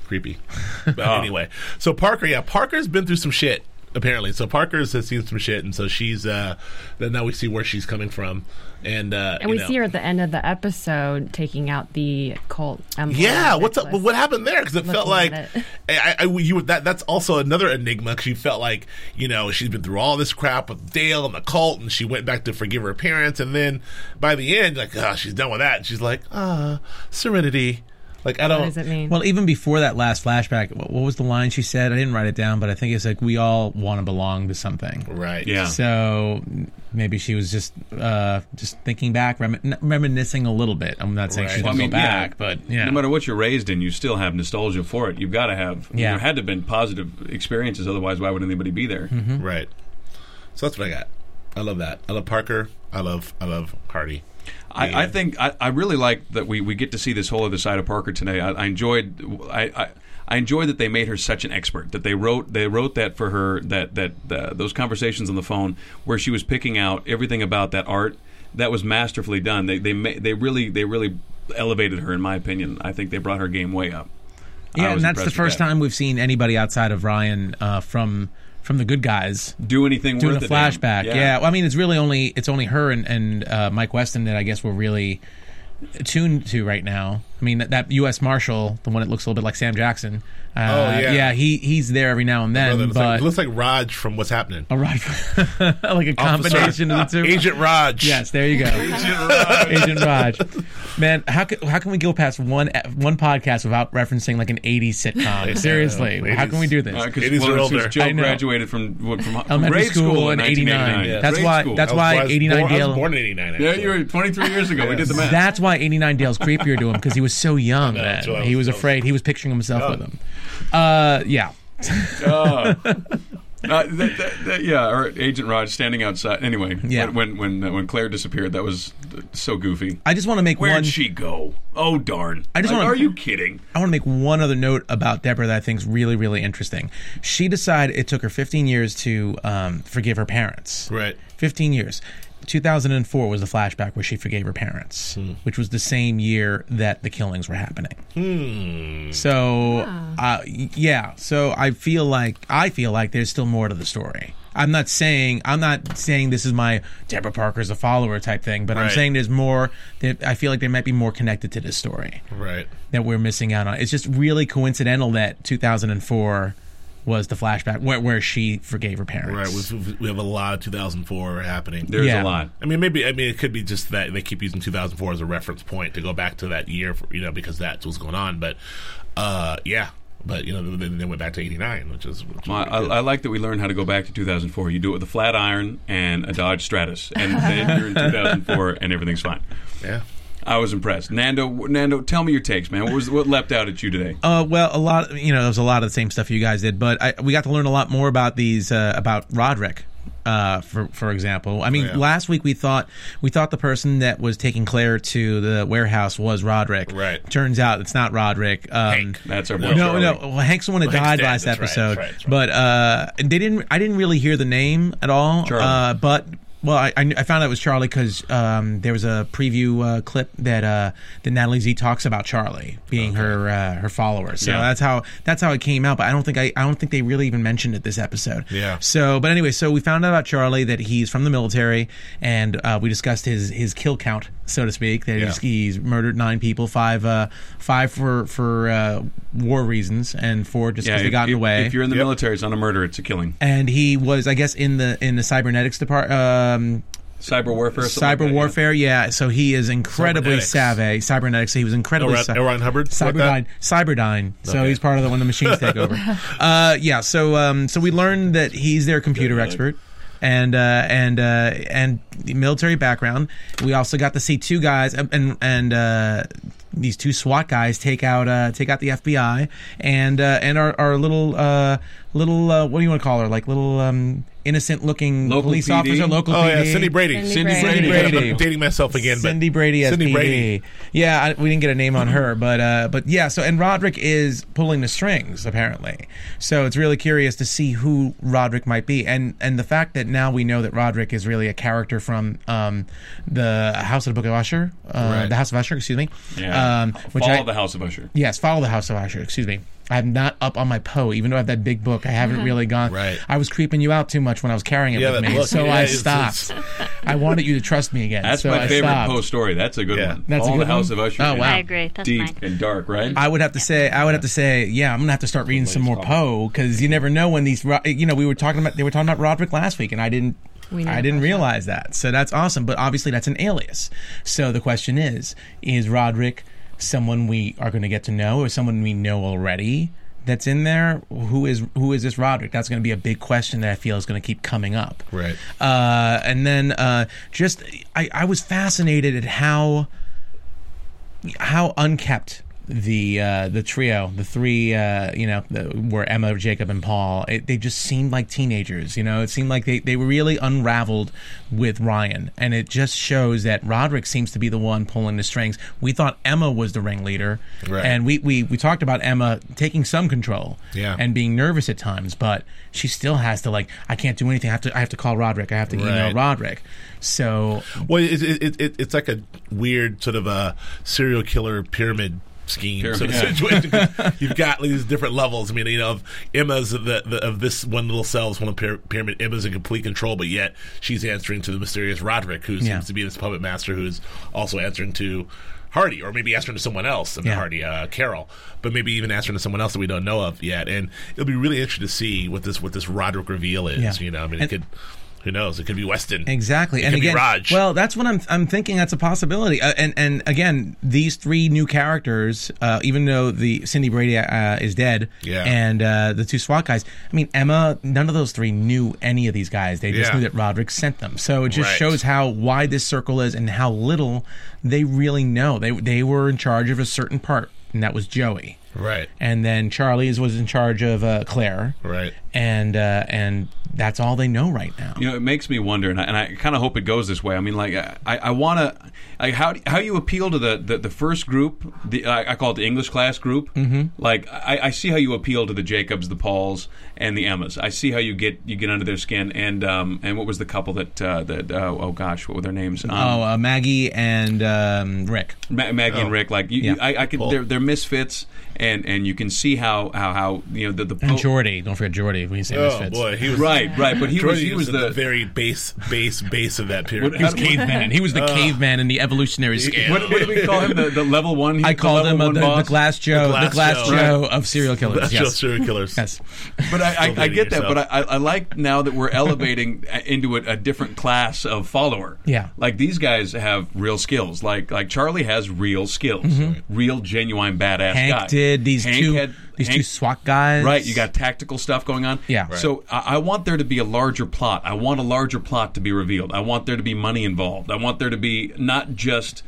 Speaker 2: creepy. But anyway, so Parker, yeah, Parker's been through some shit apparently. So Parker's has seen some shit, and so she's uh, then now we see where she's coming from, and uh,
Speaker 4: And
Speaker 2: you
Speaker 4: we
Speaker 2: know.
Speaker 4: see her at the end of the episode taking out the cult emblem.
Speaker 2: Yeah, what's up?
Speaker 4: necklace.
Speaker 2: What happened there? Because it felt like
Speaker 4: Looking at it.
Speaker 2: I, I, you that that's also another enigma. Because you felt like you know she's been through all this crap with Dale and the cult, and she went back to forgive her parents, and then by the end, like oh, she's done with that, and she's like ah, serenity. Like I don't.
Speaker 4: What does it mean?
Speaker 3: Well, even before that last flashback, wh- what was the line she said? I didn't write it down, but I think it's like we all want to belong to something.
Speaker 2: Right.
Speaker 1: Yeah.
Speaker 3: So m- maybe she was just uh, just thinking back, remi- n- reminiscing a little bit. I'm not saying
Speaker 2: Right.
Speaker 3: she
Speaker 1: Well,
Speaker 3: didn't go back, but yeah,
Speaker 1: no matter what you're raised in, you still have nostalgia for it. You've got to have.
Speaker 3: Yeah.
Speaker 1: There had to have been positive experiences, otherwise, why would anybody be there?
Speaker 3: Mm-hmm.
Speaker 2: Right. So that's what I got. I love that. I love Parker. I love. I love Hardy.
Speaker 1: I, I think I, I really like that we, we get to see this whole other side of Parker today. I, I enjoyed I, I I enjoyed that they made her such an expert that they wrote they wrote that for her that that uh, those conversations on the phone where she was picking out everything about that art that was masterfully done. They they ma- they really they really elevated her in my opinion. I think they brought her game way up. I
Speaker 3: yeah.
Speaker 1: was
Speaker 3: And that's the
Speaker 1: impressed with
Speaker 3: first
Speaker 1: that.
Speaker 3: time we've seen anybody outside of Ryan uh, from from the good guys
Speaker 1: do anything
Speaker 3: doing
Speaker 1: worth
Speaker 3: the
Speaker 1: it, damn.
Speaker 3: flashback. Yeah. Well, I mean, it's really only it's only her and and uh, Mike Weston that I guess we're really tuned to right now. I mean, that, that U.S. Marshal, the one that looks a little bit like Sam Jackson. Uh,
Speaker 2: Oh, yeah.
Speaker 3: He he's there every now and uh,
Speaker 2: Brother,
Speaker 3: then,
Speaker 2: it looks like-
Speaker 3: but
Speaker 2: it looks like Raj from What's Happening.
Speaker 3: all right, like a combination of the two.
Speaker 2: Agent Raj.
Speaker 3: Yes, there you go. Agent Raj. Man, how can, how can we go past one one podcast without referencing like an 80s sitcom? Seriously,
Speaker 2: Ladies.
Speaker 3: how can we do this?
Speaker 1: Uh, 'cause-
Speaker 2: It is
Speaker 1: well,
Speaker 2: an
Speaker 1: since
Speaker 2: older-
Speaker 1: Joe
Speaker 3: I know.
Speaker 1: graduated from, what, from from
Speaker 3: Elementary
Speaker 1: grade school,
Speaker 3: school
Speaker 1: in
Speaker 3: in 89.
Speaker 1: 1989. Yeah.
Speaker 3: That's
Speaker 1: Grade
Speaker 3: why-
Speaker 1: school.
Speaker 3: that's
Speaker 2: I was-
Speaker 3: why
Speaker 2: I was
Speaker 3: 89
Speaker 2: born- I
Speaker 3: Dale-
Speaker 2: was born in '89.
Speaker 1: yeah, you were 23 years ago. We did the math.
Speaker 3: That's why 89 Dale's creepier to him because he was so young
Speaker 2: that's what I
Speaker 3: then.
Speaker 2: was-
Speaker 3: He was
Speaker 2: I was-
Speaker 3: afraid. He was picturing himself with him. Uh, yeah.
Speaker 1: Oh. Uh, th- th- th- yeah, or Agent Raj standing outside. Anyway,
Speaker 3: Yeah.
Speaker 1: when when when, uh, when Claire disappeared, that was uh, so goofy.
Speaker 3: I just want to make
Speaker 1: Where'd
Speaker 3: one.
Speaker 1: she go? Oh darn!
Speaker 3: I just
Speaker 1: like,
Speaker 3: wanna-
Speaker 1: Are you kidding?
Speaker 3: I want to make one other note about Deborah that I think is really, really interesting. She decided it took her 15 years to um, forgive her parents.
Speaker 2: Right.
Speaker 3: 15 years. 2004 was the flashback where she forgave her parents,
Speaker 2: Hmm.
Speaker 3: which was the same year that the killings were happening.
Speaker 2: Hmm.
Speaker 3: So, uh, y- yeah. So I feel like I feel like there's still more to the story. I'm not saying I'm not saying this is my Deborah Parker's a follower type thing, but I'm
Speaker 2: Right.
Speaker 3: saying there's more. That I feel like they might be more connected to this story
Speaker 2: Right.
Speaker 3: that we're missing out on. It's just really coincidental that 2004 was the flashback where, where she forgave her
Speaker 2: Right.
Speaker 3: parents.
Speaker 2: We, we have a lot of 2004 happening.
Speaker 1: There's
Speaker 3: Yeah.
Speaker 1: a lot.
Speaker 2: I mean, maybe I mean it could be just that they keep using 2004 as a reference point to go back to that year, for, you know, because that's what's going on. But uh, yeah, but you know, then they went back to 89, which is which is
Speaker 1: Well, I,
Speaker 2: pretty good.
Speaker 1: I like that we learned how to go back to 2004. You do it with a flat iron and a Dodge Stratus, and then you're in 2004, and everything's fine.
Speaker 2: yeah.
Speaker 1: I was impressed, Nando. Nando, tell me your takes, man. What was what leapt out at you today?
Speaker 3: Uh, well, a lot, you know, there was a lot of the same stuff you guys did, but I, we got to learn a lot more about these, uh, about Roderick, uh, for for example. I mean,
Speaker 2: Oh, Yeah.
Speaker 3: last week we thought we thought the person that was taking Claire to the warehouse was Roderick.
Speaker 2: Right.
Speaker 3: Turns out it's not Roderick. Um,
Speaker 2: Hank.
Speaker 1: That's our boy. Charlie.
Speaker 3: No, no. Well, Hank's the one that
Speaker 2: Hank's
Speaker 3: died
Speaker 2: dead,
Speaker 3: last
Speaker 2: that's right, that's
Speaker 3: episode.
Speaker 2: right, that's right.
Speaker 3: But uh, they didn't. I didn't really hear the name at all.
Speaker 1: Charlie.
Speaker 3: Uh, but well, I, I knew- I found out it was Charlie because um, there was a preview uh, clip that uh, that Natalie Z talks about Charlie being her uh, her follower. So
Speaker 1: Yeah.
Speaker 3: that's how that's how it came out. But I don't think I, I don't think they really even mentioned it this episode.
Speaker 2: Yeah.
Speaker 3: So, but anyway, so we found out about Charlie that he's from the military, and uh, we discussed his his kill count, so to speak. That he's,
Speaker 2: Yeah.
Speaker 3: he's murdered nine people, five uh, five for for uh, war reasons, and four just because
Speaker 1: Yeah,
Speaker 3: they
Speaker 1: if,
Speaker 3: got in
Speaker 1: if,
Speaker 3: the way.
Speaker 1: if you're in the military, it's not a murder; it's a killing.
Speaker 3: and he was, I guess, in the in the cybernetics depart um,
Speaker 1: Cyber warfare. or something like
Speaker 3: cyber
Speaker 1: that, yeah.
Speaker 3: warfare. Yeah. so he is incredibly
Speaker 2: Cybernetics.
Speaker 3: savvy. Cybernetics. So he was incredibly
Speaker 2: Elron-
Speaker 3: sa-
Speaker 2: Elron Hubbard? Like
Speaker 3: Cyberdyne.
Speaker 2: that?
Speaker 3: Cyberdyne. So he's part of the when the machines take over. Uh, yeah. So um, so we learned that he's their computer expert. And uh, and uh, and military background. We also got to see two guys uh, and and uh, these two SWAT guys take out uh, take out the FBI and uh, and our, our little uh, little uh, what do you want to call her like little um, innocent looking
Speaker 1: Local
Speaker 3: police
Speaker 1: PD?
Speaker 3: officer local
Speaker 2: Oh yeah,
Speaker 3: PD.
Speaker 2: Cindy Brady.
Speaker 4: Cindy
Speaker 1: Cindy
Speaker 4: Brady.
Speaker 1: Brady.
Speaker 2: I'm
Speaker 3: Brady.
Speaker 2: dating myself again, but
Speaker 3: Cindy Brady as
Speaker 2: Cindy
Speaker 3: PD.
Speaker 2: Brady.
Speaker 3: Yeah, I, we didn't get a name on her, but uh, but yeah. So and Roderick is pulling the strings apparently. So it's really curious to see who Roderick might be, and and the fact that now we know that Roderick is really a character from um, the House of the Book of Usher, uh, the House of Usher, excuse me.
Speaker 1: Yeah.
Speaker 3: Um, which
Speaker 1: Follow
Speaker 3: I,
Speaker 1: the House of Usher.
Speaker 3: Yes, follow the House of Usher. Excuse me. I'm not up on my Poe, even though I have that big book. I haven't really gone.
Speaker 2: Right.
Speaker 3: I was creeping you out too much when I was carrying it
Speaker 2: Yeah,
Speaker 3: with
Speaker 2: that
Speaker 3: me,
Speaker 2: book,
Speaker 3: so
Speaker 2: yeah,
Speaker 3: I
Speaker 2: it's- it's-
Speaker 3: stopped. I wanted you to trust me again.
Speaker 1: That's
Speaker 3: so
Speaker 1: my
Speaker 3: I
Speaker 1: favorite
Speaker 3: stopped.
Speaker 1: Poe story. That's a good
Speaker 2: Yeah.
Speaker 1: one.
Speaker 3: That's a
Speaker 1: All
Speaker 3: good
Speaker 1: the House
Speaker 3: one?
Speaker 1: of Usher.
Speaker 3: Oh,
Speaker 1: is
Speaker 3: wow.
Speaker 5: I agree. That's
Speaker 1: Deep
Speaker 5: mine.
Speaker 1: and dark, right?
Speaker 3: I would have to say, I would have to say, yeah, I'm gonna have to start reading some more Poe because you never know when these, ro- you know, we were talking about they were talking about Roderick last week, and I didn't,
Speaker 4: We never
Speaker 3: I didn't
Speaker 4: got
Speaker 3: realize that. So that's awesome, but obviously that's an alias. So the question is, is Roderick someone we are going to get to know, or someone we know already? That's in there. Who is who is this Roderick? That's going to be a big question that I feel is going to keep coming up.
Speaker 2: Right.
Speaker 3: Uh, and then uh, just I, I was fascinated at how how unkept the uh, the trio, the three, uh, you know, the, were Emma, Jacob, and Paul. It, they just seemed like teenagers. You know, it seemed like they they were really unraveled with Ryan, and it just shows that Roderick seems to be the one pulling the strings. We thought Emma was the ringleader,
Speaker 2: Right.
Speaker 3: and we, we we talked about Emma taking some control,
Speaker 2: Yeah.
Speaker 3: and being nervous at times, but she still has to like, I can't do anything. I have to I have to call Roderick. I have to email
Speaker 2: Right.
Speaker 3: Roderick. So
Speaker 2: Well, it, it, it, it, it's like a weird sort of a serial killer pyramid scheme sort of
Speaker 1: Pyramid,
Speaker 2: situation. 'cause You've got these different levels. I mean, you know, of Emma's of the, the of this one little cell, this one pyra- pyramid. Emma's in complete control, but yet she's answering to the mysterious Roderick, who
Speaker 3: Yeah.
Speaker 2: seems to be this puppet master, who's also answering to. Hardy, or maybe answering to someone else, I mean,
Speaker 3: Yeah.
Speaker 2: Hardy, uh, Carol, but maybe even answering to someone else that we don't know of yet, and it'll be really interesting to see what this what this Roderick reveal is.
Speaker 3: Yeah.
Speaker 2: You know, I mean,
Speaker 3: And-
Speaker 2: it could, who knows, it could be Weston,
Speaker 3: Exactly,
Speaker 2: it
Speaker 3: and
Speaker 2: could
Speaker 3: again,
Speaker 2: be Raj.
Speaker 3: well, that's what I'm. I'm thinking that's a possibility. Uh, and and again, these three new characters, uh, even though the Cindy Brady uh, is dead,
Speaker 2: Yeah.
Speaker 3: and uh, the two SWAT guys. I mean, Emma. None of those three knew any of these guys. They just
Speaker 2: Yeah.
Speaker 3: knew that Roderick sent them. So it just
Speaker 2: Right.
Speaker 3: shows how wide this circle is and how little they really know. They they were in charge of a certain part, and that was Joey.
Speaker 2: Right.
Speaker 3: And then Charlie's was in charge of uh, Claire.
Speaker 2: Right.
Speaker 3: And uh, and that's all they know right now.
Speaker 1: You know, it makes me wonder, and I, and I kind of hope it goes this way. I mean, like, I, I want to, like, how do- how you appeal to the the, the first group? The I, I call it the English class group. Mm-hmm. Like, I, I see how you appeal to the Jacobs, the Pauls, and the Emmas. I see how you get you get under their skin. And um and what was the couple that uh, that uh, oh gosh, what were their names? Um,
Speaker 3: Oh, uh, Maggie and um, Rick.
Speaker 1: Ma- Maggie
Speaker 2: Oh.
Speaker 1: and Rick, like you,
Speaker 3: Yeah.
Speaker 1: you- I, I could, they're, they're misfits, and, and you can see how, how, how you know the the
Speaker 3: And
Speaker 1: po-
Speaker 3: Jordy. Don't forget Jordy when you say
Speaker 2: Oh
Speaker 3: Misfits.
Speaker 2: boy, he was
Speaker 1: right, right, but he
Speaker 2: Jordy
Speaker 1: was he was the,
Speaker 2: very base, base, base of that period.
Speaker 1: What-
Speaker 3: He was
Speaker 1: How do-
Speaker 3: caveman. He was the caveman in the evolutionary scale.
Speaker 1: what, what do we call him the, the level one?
Speaker 3: I called
Speaker 1: the
Speaker 3: him
Speaker 1: level
Speaker 3: a,
Speaker 1: one
Speaker 3: the, the
Speaker 1: boss?
Speaker 3: Glass Joe, the Glass,
Speaker 2: Glass
Speaker 3: Joe,
Speaker 2: Joe.
Speaker 3: of serial killers.
Speaker 2: That's just
Speaker 3: Yes.
Speaker 2: serial killers.
Speaker 3: yes.
Speaker 1: But I, I,
Speaker 2: Still
Speaker 1: I
Speaker 2: do
Speaker 1: get that.
Speaker 2: yourself.
Speaker 1: But I, I I like now that we're elevating into a, a different class of follower.
Speaker 3: Yeah.
Speaker 1: like these guys have real skills. Like like Charlie has real skills, real genuine badass
Speaker 3: Mm-hmm. Hank
Speaker 1: guy.
Speaker 3: did these
Speaker 1: Hank
Speaker 3: two
Speaker 1: had-
Speaker 3: these two
Speaker 1: Hank-
Speaker 3: SWAT guys.
Speaker 1: Right, you got tactical stuff going on.
Speaker 3: Yeah. Right.
Speaker 1: So I, I want there to be a larger plot. I want a larger plot to be revealed. I want there to be money involved. I want there to be not just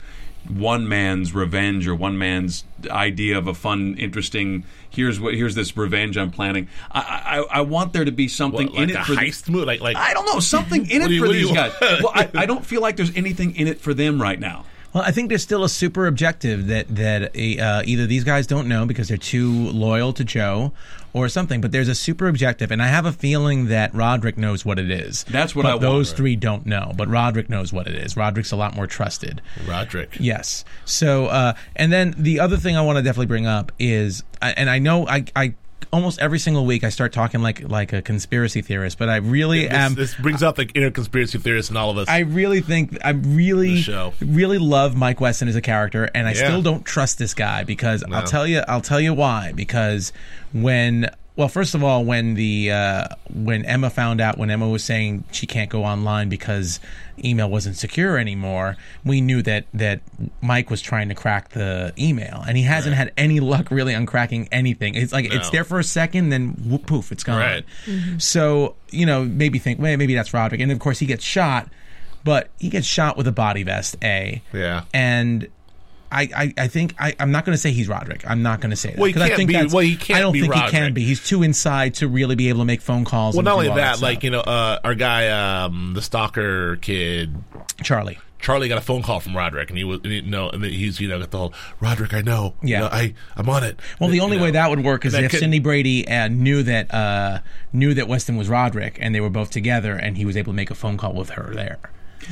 Speaker 1: one man's revenge or one man's idea of a fun, interesting. Here's what. Here's this revenge I'm planning. I I, I want there to be something
Speaker 2: What, like
Speaker 1: in
Speaker 2: a
Speaker 1: it for the-
Speaker 2: heist movie, like like
Speaker 1: I don't know something in
Speaker 2: What
Speaker 1: it
Speaker 2: do you-
Speaker 1: for
Speaker 2: what do
Speaker 1: these
Speaker 2: you
Speaker 1: guys.
Speaker 2: want?
Speaker 1: Well, I, I don't feel like there's anything in it for them right now.
Speaker 3: Well, I think there's still a super objective that that uh, either these guys don't know because they're too loyal to Joe or something, but there's a super objective, and I have a feeling that Roderick knows what it is.
Speaker 1: That's what
Speaker 3: but
Speaker 1: I want,
Speaker 3: Those
Speaker 1: right.
Speaker 3: three don't know, but Roderick knows what it is. Roderick's a lot more trusted.
Speaker 2: Roderick.
Speaker 3: Yes. So, uh, and then the other thing I want to definitely bring up is, I- and I know I, I almost every single week I start talking like like a conspiracy theorist, but I really
Speaker 2: This,
Speaker 3: am.
Speaker 2: this brings out the inner conspiracy theorists in all of us.
Speaker 3: um, I really think I really
Speaker 2: The show.
Speaker 3: really love Mike Weston as a character, and I
Speaker 2: Yeah.
Speaker 3: still don't trust this guy because I'll tell you I'll tell you why because when well first of all when the uh, when Emma found out when Emma was saying she can't go online because email wasn't secure anymore we knew that that Mike was trying to crack the email and he hasn't had any luck really on cracking anything it's like it's there for a second then whoop, poof it's gone
Speaker 2: Right.
Speaker 3: so you know maybe think well, maybe that's Roderick and of course he gets shot but he gets shot with a body vest a
Speaker 2: Yeah.
Speaker 3: and I, I, I think I, I'm not going to say he's Roderick. I'm not going to say that.
Speaker 2: Well, he
Speaker 3: 'Cause I
Speaker 2: can't
Speaker 3: think
Speaker 2: be-
Speaker 3: that's-
Speaker 2: well, he can't
Speaker 3: I don't
Speaker 2: be
Speaker 3: think he can
Speaker 2: Roderick.
Speaker 3: be. He's too inside to really be able to make phone calls.
Speaker 2: well,
Speaker 3: and
Speaker 2: not
Speaker 3: do
Speaker 2: only
Speaker 3: all
Speaker 2: that,
Speaker 3: stuff.
Speaker 2: like you know, uh, our guy, um, the stalker kid,
Speaker 3: Charlie.
Speaker 2: Charlie got a phone call from Roderick, and he was and he, no, and he's you know got the whole Roderick, I know, You
Speaker 3: Yeah.
Speaker 2: know, I I'm on it.
Speaker 3: Well, the
Speaker 2: You
Speaker 3: only
Speaker 2: know.
Speaker 3: way that would work is
Speaker 2: that
Speaker 3: if
Speaker 2: could-
Speaker 3: Cindy Brady uh, knew that uh, knew that Weston was Roderick, and they were both together, and he was able to make a phone call with her there.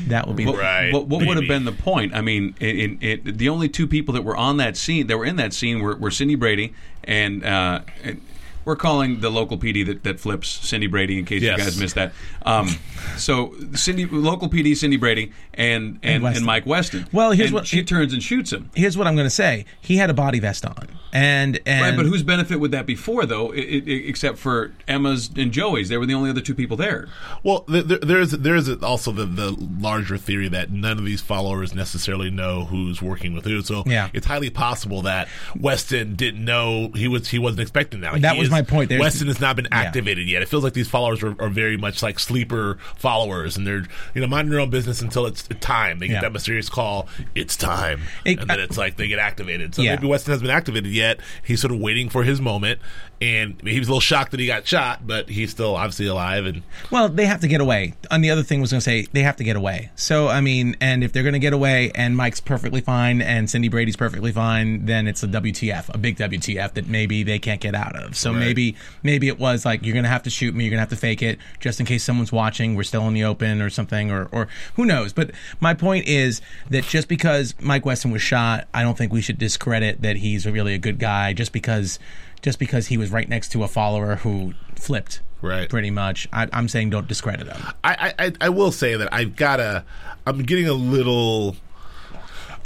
Speaker 3: That would be
Speaker 1: What,
Speaker 3: the-
Speaker 2: Right,
Speaker 1: What, what would have
Speaker 2: maybe.
Speaker 1: been the point? I mean, it, it, it, the only two people that were on that scene, that were in that scene, were, were Cindy Brady and. Uh, and we're calling the local PD that, that flips Cindy Brady in case
Speaker 2: Yes.
Speaker 1: you guys missed that. Um, so Cindy, local PD, Cindy Brady, and and, and,
Speaker 3: Weston.
Speaker 1: Mike Weston.
Speaker 3: Well, here's
Speaker 1: And
Speaker 3: what-
Speaker 1: she turns and shoots him.
Speaker 3: Here's what I'm going to say: He had a body vest on, and and
Speaker 1: Right, but whose benefit would that be for though? i i except for Emma's and Joey's, they were the only other two people there.
Speaker 2: Well, there, there- there's there's also the the larger theory that none of these followers necessarily know who's working with who. So
Speaker 3: Yeah.
Speaker 2: it's highly possible that Weston didn't know he was he wasn't expecting that. Like,
Speaker 3: That
Speaker 2: he
Speaker 3: was
Speaker 2: is-
Speaker 3: my point. There's-
Speaker 2: Weston has not been
Speaker 3: Yeah.
Speaker 2: activated yet. It feels like these followers are, are very much like sleeper followers, and they're you know minding their own business until it's time. They get
Speaker 3: Yeah.
Speaker 2: that mysterious call, it's time,
Speaker 3: It-
Speaker 2: and then it's like they get activated. So
Speaker 3: Yeah.
Speaker 2: maybe Weston hasn't been activated yet. He's sort of waiting for his moment, and he was a little shocked that he got shot, but he's still obviously alive and.
Speaker 3: Well, they have to get away. And the other thing was going to say they have to get away. So I mean, and if they're going to get away, and Mike's perfectly fine, and Cindy Brady's perfectly fine, then it's a WTF, a big WTF that maybe they can't get out of. So maybe maybe it was like you're going to have to shoot me, you're going to have to fake it, just in case someone's watching. We're still in the open or something, or or who knows. But my point is that just because Mike Weston was shot, I don't think we should discredit that he's really a good guy just because just because he was right next to a follower who flipped
Speaker 2: Right.
Speaker 3: pretty much. I, I'm saying don't discredit him.
Speaker 2: I, I- I I will say that I've gotta. I'm getting a little.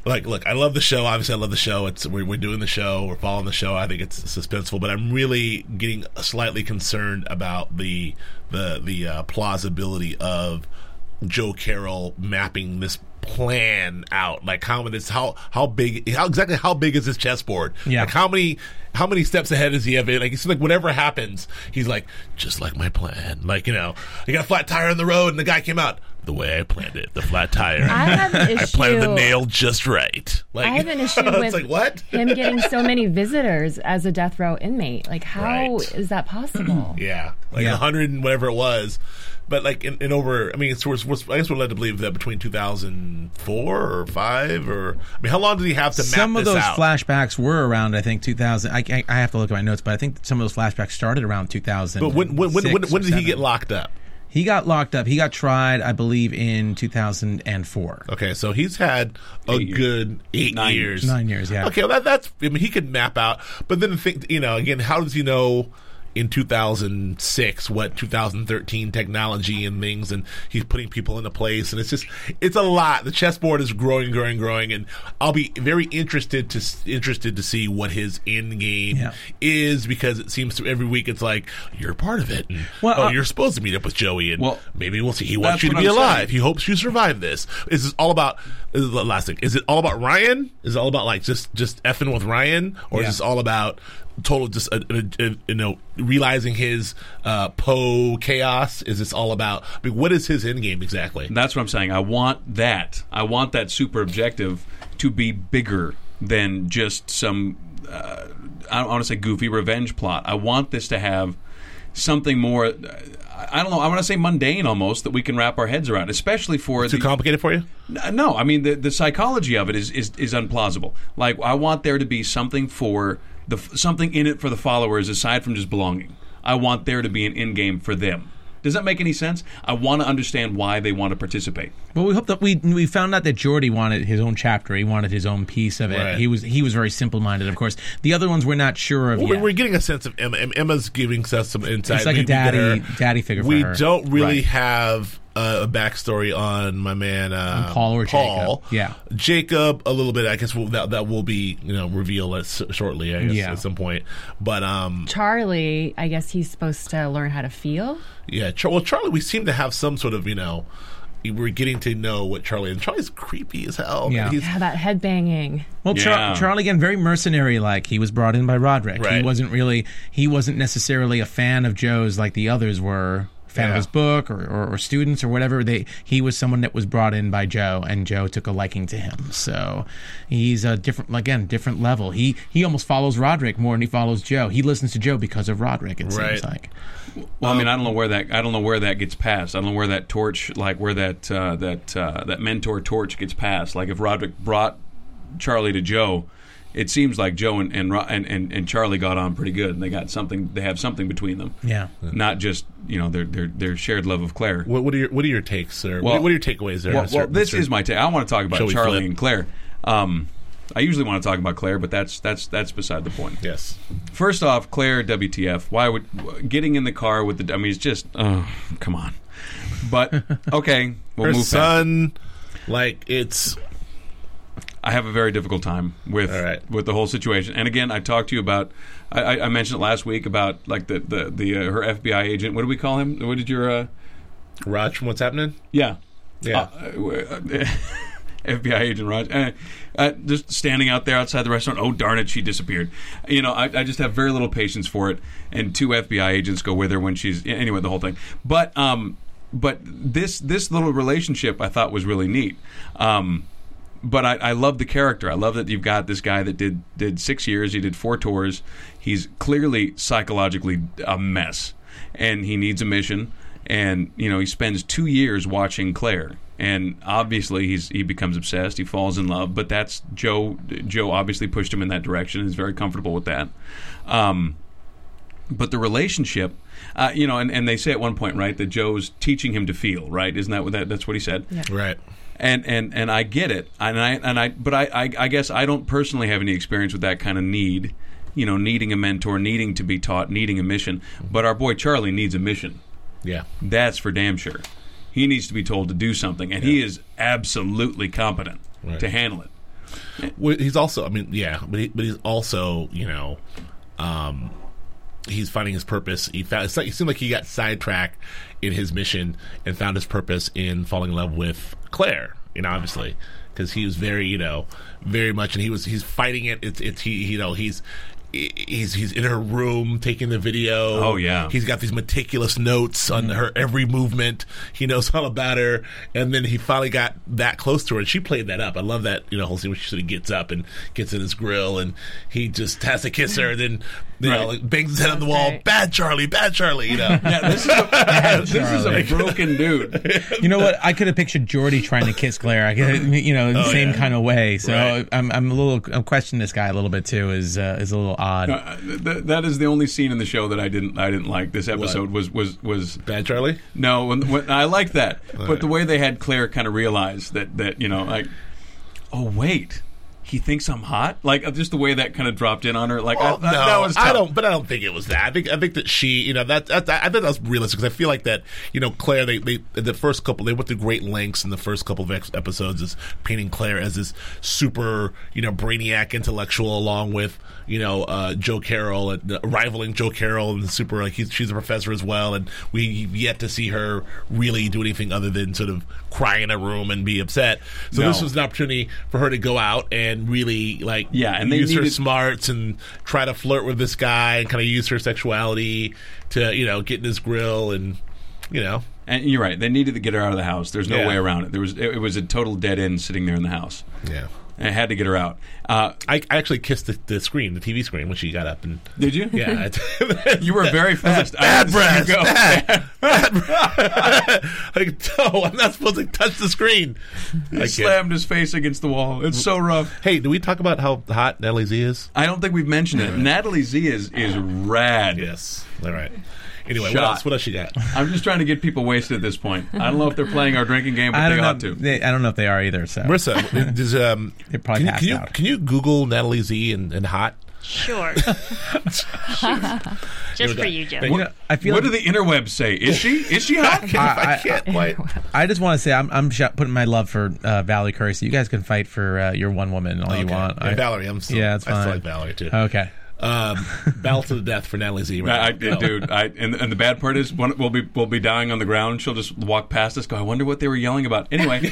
Speaker 2: Like, look, I love the show. Obviously, I love the show. It's we're, we're doing the show. We're following the show. I think it's suspenseful, but I'm really getting slightly concerned about the the the uh, plausibility of Joe Carroll mapping this plan out. Like, how many? How how big? How exactly? How big is this chessboard?
Speaker 3: Yeah.
Speaker 2: Like, how many? How many steps ahead is he of it? Like, it's like whatever happens, he's like, just like my plan. Like, you know, I got a flat tire on the road, and the guy came out. the way I planned it, the flat tire.
Speaker 4: I have an
Speaker 2: I
Speaker 4: issue.
Speaker 2: planted the nail just right. Like,
Speaker 4: I have an issue
Speaker 2: it's
Speaker 4: with
Speaker 2: like what?
Speaker 4: him getting so many visitors as a death row inmate. Like, how is
Speaker 2: Right.
Speaker 4: that possible?
Speaker 2: Yeah, like
Speaker 3: Yeah.
Speaker 2: a hundred and whatever it was. But like in, in over, I mean, it's, we're, we're- I guess we're led to believe that between 2004 or five or I mean, how long did he have to map
Speaker 3: some of
Speaker 2: this
Speaker 3: those
Speaker 2: out?
Speaker 3: flashbacks were around. I think 2000. I, I, I have to look at my notes, but I think some of those flashbacks started around 2000.
Speaker 2: But when when when, when, when did he get locked up?
Speaker 3: He got locked up. He got tried, I believe, in 2004.
Speaker 2: Okay, so he's had a
Speaker 1: Eight years.
Speaker 2: good eight
Speaker 1: Nine
Speaker 2: years.
Speaker 3: Nine years, yeah.
Speaker 2: Okay, well, that, that's I mean, he could map out, but then think you know again, how does he know? In 2006, what 2013 technology and things, and he's putting people into place, and it's just it's a lot. The chessboard is growing, growing, growing, and I'll be very interested to s- interested to see what his end game
Speaker 3: Yeah.
Speaker 2: is because it seems to every week it's like you're part of it. And,
Speaker 3: Well,
Speaker 2: oh,
Speaker 3: uh,
Speaker 2: you're supposed to meet up with Joey, and
Speaker 1: Well,
Speaker 2: maybe we'll see. He wants
Speaker 1: that's
Speaker 2: you to
Speaker 1: what
Speaker 2: be
Speaker 1: I'm
Speaker 2: alive.
Speaker 1: saying.
Speaker 2: He hopes you survive this. Is this all about? This is the last thing. Is it all about Ryan? Is it all about like just just effing with Ryan, or
Speaker 3: Yeah.
Speaker 2: is this all about total just uh, uh, uh, you know realizing his uh, Poe chaos? Is this all about? I mean, what is his end game exactly?
Speaker 1: That's what I'm saying. I want that. I want that super objective to be bigger than just some. Uh, I don't want to say goofy revenge plot. I want this to have something more. uh, I I don't know. I want to say mundane almost that we can wrap our heads around, especially for
Speaker 2: Too
Speaker 1: the-
Speaker 2: complicated for you?
Speaker 1: N- No, I mean the the psychology of it is is, is unplausible. Like I want there to be something for the f- something in it for the followers aside from just belonging. I want there to be an end game for them. Does that make any sense? I want to understand why they want to participate.
Speaker 3: Well, we hope that we we found out that Jordy wanted his own chapter. He wanted his own piece of it.
Speaker 2: Right.
Speaker 3: He was he was very simple minded, of course. The other ones we're not sure of
Speaker 2: Well,
Speaker 3: yet.
Speaker 2: We're getting a sense of Emma. Em- Emma's giving us some insight.
Speaker 3: It's like a
Speaker 2: We- we get
Speaker 3: daddy-
Speaker 2: her-
Speaker 3: daddy figure for
Speaker 2: We
Speaker 3: her.
Speaker 2: don't really
Speaker 1: Right.
Speaker 2: have uh, a backstory on my man uh,
Speaker 3: On Paul or
Speaker 2: Paul.
Speaker 3: Jacob. Yeah.
Speaker 2: Jacob a little bit. I guess will that that will be you know revealed at, s- shortly. I guess
Speaker 3: Yeah.
Speaker 2: at some point. But um,
Speaker 4: Charlie, I guess he's supposed to learn how to feel.
Speaker 2: yeah. Char- well, Charlie, we seem to have some sort of you know. We're getting to know what Charlie and Charlie's creepy as hell.
Speaker 3: Yeah.
Speaker 2: He's,
Speaker 4: Yeah, that head banging.
Speaker 3: well, Char-
Speaker 1: Yeah.
Speaker 3: Charlie again, very mercenary. Like he was brought in by Roderick. He
Speaker 2: Right.
Speaker 3: wasn't really he wasn't necessarily a fan of Joe's like the others were. Fan
Speaker 2: Yeah.
Speaker 3: of his book or, or, or students or whatever they he was someone that was brought in by Joe and Joe took a liking to him so he's a different again different level he he almost follows Roderick more than he follows Joe he listens to Joe because of Roderick it
Speaker 2: Right.
Speaker 3: seems like
Speaker 1: Well, I mean, I don't know where that I don't know where that gets passed. I don't know where that torch, like where that uh, that uh, that mentor torch gets passed. Like if Roderick brought Charlie to Joe, it seems like Joe and and Ro- and, and, and Charlie got on pretty good, and they got something. They have something between them.
Speaker 3: Yeah.
Speaker 1: not just you know their their their shared love of Claire.
Speaker 2: what, what are your What are your takes, sir?
Speaker 1: Well-
Speaker 2: what, what are your takeaways there?
Speaker 1: Well,
Speaker 2: Mr.
Speaker 1: well, this
Speaker 2: Mr.
Speaker 1: is my take. I want to talk
Speaker 2: Shall
Speaker 1: about
Speaker 2: we
Speaker 1: Charlie
Speaker 2: flip?
Speaker 1: and Claire. Um, I usually want to talk about Claire, but that's that's that's beside the point.
Speaker 2: yes.
Speaker 1: First off, Claire, WTF? Why would getting in the car with the? I mean, it's just oh, come on. But okay, we'll
Speaker 2: Her
Speaker 1: move. Past.
Speaker 2: son, like it's
Speaker 1: I have a very difficult time with
Speaker 2: All right.
Speaker 1: with the whole situation. And again, I talked to you about. I, I- I mentioned it last week about like the the the uh, her FBI agent. What do we call him? What did your uh,
Speaker 2: Raj from what's happening.
Speaker 1: yeah
Speaker 2: Yeah.
Speaker 1: Uh, uh, FBI agent Raj, uh, uh, just standing out there outside the restaurant. Oh darn it, she disappeared. You know, I, I just have very little patience for it. And two FBI agents go with her when she's yeah, anyway the whole thing. But um, but this this little relationship I thought was really neat. Um, but I, I love the character. I love that you've got this guy that did did six years. He did four tours. He's clearly psychologically a mess, and he needs a mission. And you know, he spends two years watching Claire, and obviously he's he becomes obsessed. He falls in love, but that's Joe. Joe obviously pushed him in that direction. He's very comfortable with that. Um, but the relationship, uh, you know, and, and they say at one point, right, that Joe's teaching him to feel, right? Isn't that what that, that's what he said?
Speaker 2: Right.
Speaker 1: and and and I get it, and I and I, but I, I I guess I don't personally have any experience with that kind of need, you know, needing a mentor, needing to be taught, needing a mission. But our boy Charlie needs a mission.
Speaker 2: Yeah.
Speaker 1: That's for damn sure. He needs to be told to do something, and he is absolutely competent
Speaker 2: Right.
Speaker 1: to handle it.
Speaker 2: Well, he's also, I mean, yeah, but he, but he's also, you know, um, he's finding his purpose. He found. It's like, it seemed like he got sidetracked in his mission and found his purpose in falling in love with Claire. You know, obviously, because he was very, you know, very much, and he was he's fighting it. It's it's he you know he's i- he's he's in her room taking the video.
Speaker 1: Oh, yeah.
Speaker 2: he's got these meticulous notes
Speaker 1: Mm.
Speaker 2: on her every movement. He knows all about her, and then he finally got that close to her, and she played that up. I love that you know whole scene where she sort of gets up and gets in his grill, and he just has to kiss her, and then you know
Speaker 1: Right.
Speaker 2: like bangs his head on the
Speaker 4: That's
Speaker 2: wall.
Speaker 4: right.
Speaker 2: Bad Charlie, bad Charlie. You know, yeah, this is
Speaker 1: This is a broken dude.
Speaker 3: You know what? I could have pictured Jordy trying to kiss Claire. I could, you know, in the same
Speaker 2: Oh, yeah.
Speaker 3: kind of way. So
Speaker 2: Right.
Speaker 3: I'm, I'm a little, I'm questioning this guy a little bit too. Is uh, is a little odd.
Speaker 1: Uh, th- that is the only scene in the show that I didn't I didn't like. This episode was was was
Speaker 2: bad Charlie.
Speaker 1: no. When, when, I like that, but the way they had Claire kind of realize that that you know like, oh wait, he thinks I'm hot. Like uh, just the way that kind of dropped in on her. Like I,
Speaker 2: Well,
Speaker 1: that,
Speaker 2: no,
Speaker 1: that was
Speaker 2: I
Speaker 1: tough.
Speaker 2: don't, but I don't think it was that. I think I think that she, you know, that, that I think that was realistic because I feel like that, you know, Claire. They, they the first couple they went to great lengths in the first couple of ex- episodes is painting Claire as this super, you know, brainiac intellectual, along with you know uh, Joe Carroll and uh, rivaling Joe Carroll and super like he's, she's a professor as well, and we've yet to see her really do anything other than sort of cry in a room and be upset. So this
Speaker 1: No.
Speaker 2: was an opportunity for her to go out and really like
Speaker 1: Yeah, and they
Speaker 2: use her
Speaker 1: needed-
Speaker 2: smarts and try to flirt with this guy and kind of use her sexuality to you know get in his grill and you know
Speaker 1: And you're right. They needed to get her out of the house. There's no
Speaker 2: Yeah.
Speaker 1: way around it. There was it, it was a total dead end sitting there in the house.
Speaker 2: yeah.
Speaker 1: And I had to get her out. Uh,
Speaker 2: I, I actually kissed the, the screen, the TV screen, when she got up and
Speaker 1: did you?
Speaker 2: yeah,
Speaker 1: You were very fast. I
Speaker 2: bad
Speaker 1: didn't see you
Speaker 2: breath,
Speaker 1: go.
Speaker 2: bad, bad breath. like no, I'm not supposed to touch the screen. I
Speaker 1: He
Speaker 2: can't.
Speaker 1: slammed his face against the wall. It's so rough.
Speaker 2: Hey, do we talk about how hot Natalie Z is?
Speaker 1: I don't think we've mentioned it. Natalie Z is is rad.
Speaker 2: Yes. All right. Anyway,
Speaker 1: Shot.
Speaker 2: what else? What else she got?
Speaker 1: I'm just trying to get people wasted at this point. I don't know if they're playing our drinking game, but
Speaker 3: I
Speaker 1: they
Speaker 3: don't know.
Speaker 1: ought to.
Speaker 3: They, I don't know if they are either. So
Speaker 2: Marissa, does, um,
Speaker 3: They're
Speaker 2: can
Speaker 3: probably
Speaker 2: you,
Speaker 3: passed
Speaker 2: can you,
Speaker 3: out.
Speaker 2: Can you Google Natalie Z and, and hot?
Speaker 5: Sure. Just for you, Joe.
Speaker 3: You know, I feel.
Speaker 1: what
Speaker 3: like-
Speaker 1: do the interwebs say? Is she? Is she hot?
Speaker 2: I,
Speaker 3: I-
Speaker 2: can't quite.
Speaker 3: I just want to say I'm, I'm sh- putting my love for uh, Valerie Curry. So you guys can fight for uh, your one woman all you
Speaker 2: Okay.
Speaker 3: want.
Speaker 2: Yeah,
Speaker 3: I-
Speaker 2: Valerie, I'm still,
Speaker 3: Yeah, it's
Speaker 2: I still
Speaker 3: fine. Oh.
Speaker 2: like Valerie too.
Speaker 3: Okay.
Speaker 2: Um, battle to the death for Natalie Z.
Speaker 1: I, I,
Speaker 2: Right now.
Speaker 1: dude, I, and, and the bad part is one, we'll be we'll be dying on the ground. She'll just walk past us. Go. I wonder what they were yelling about. Anyway,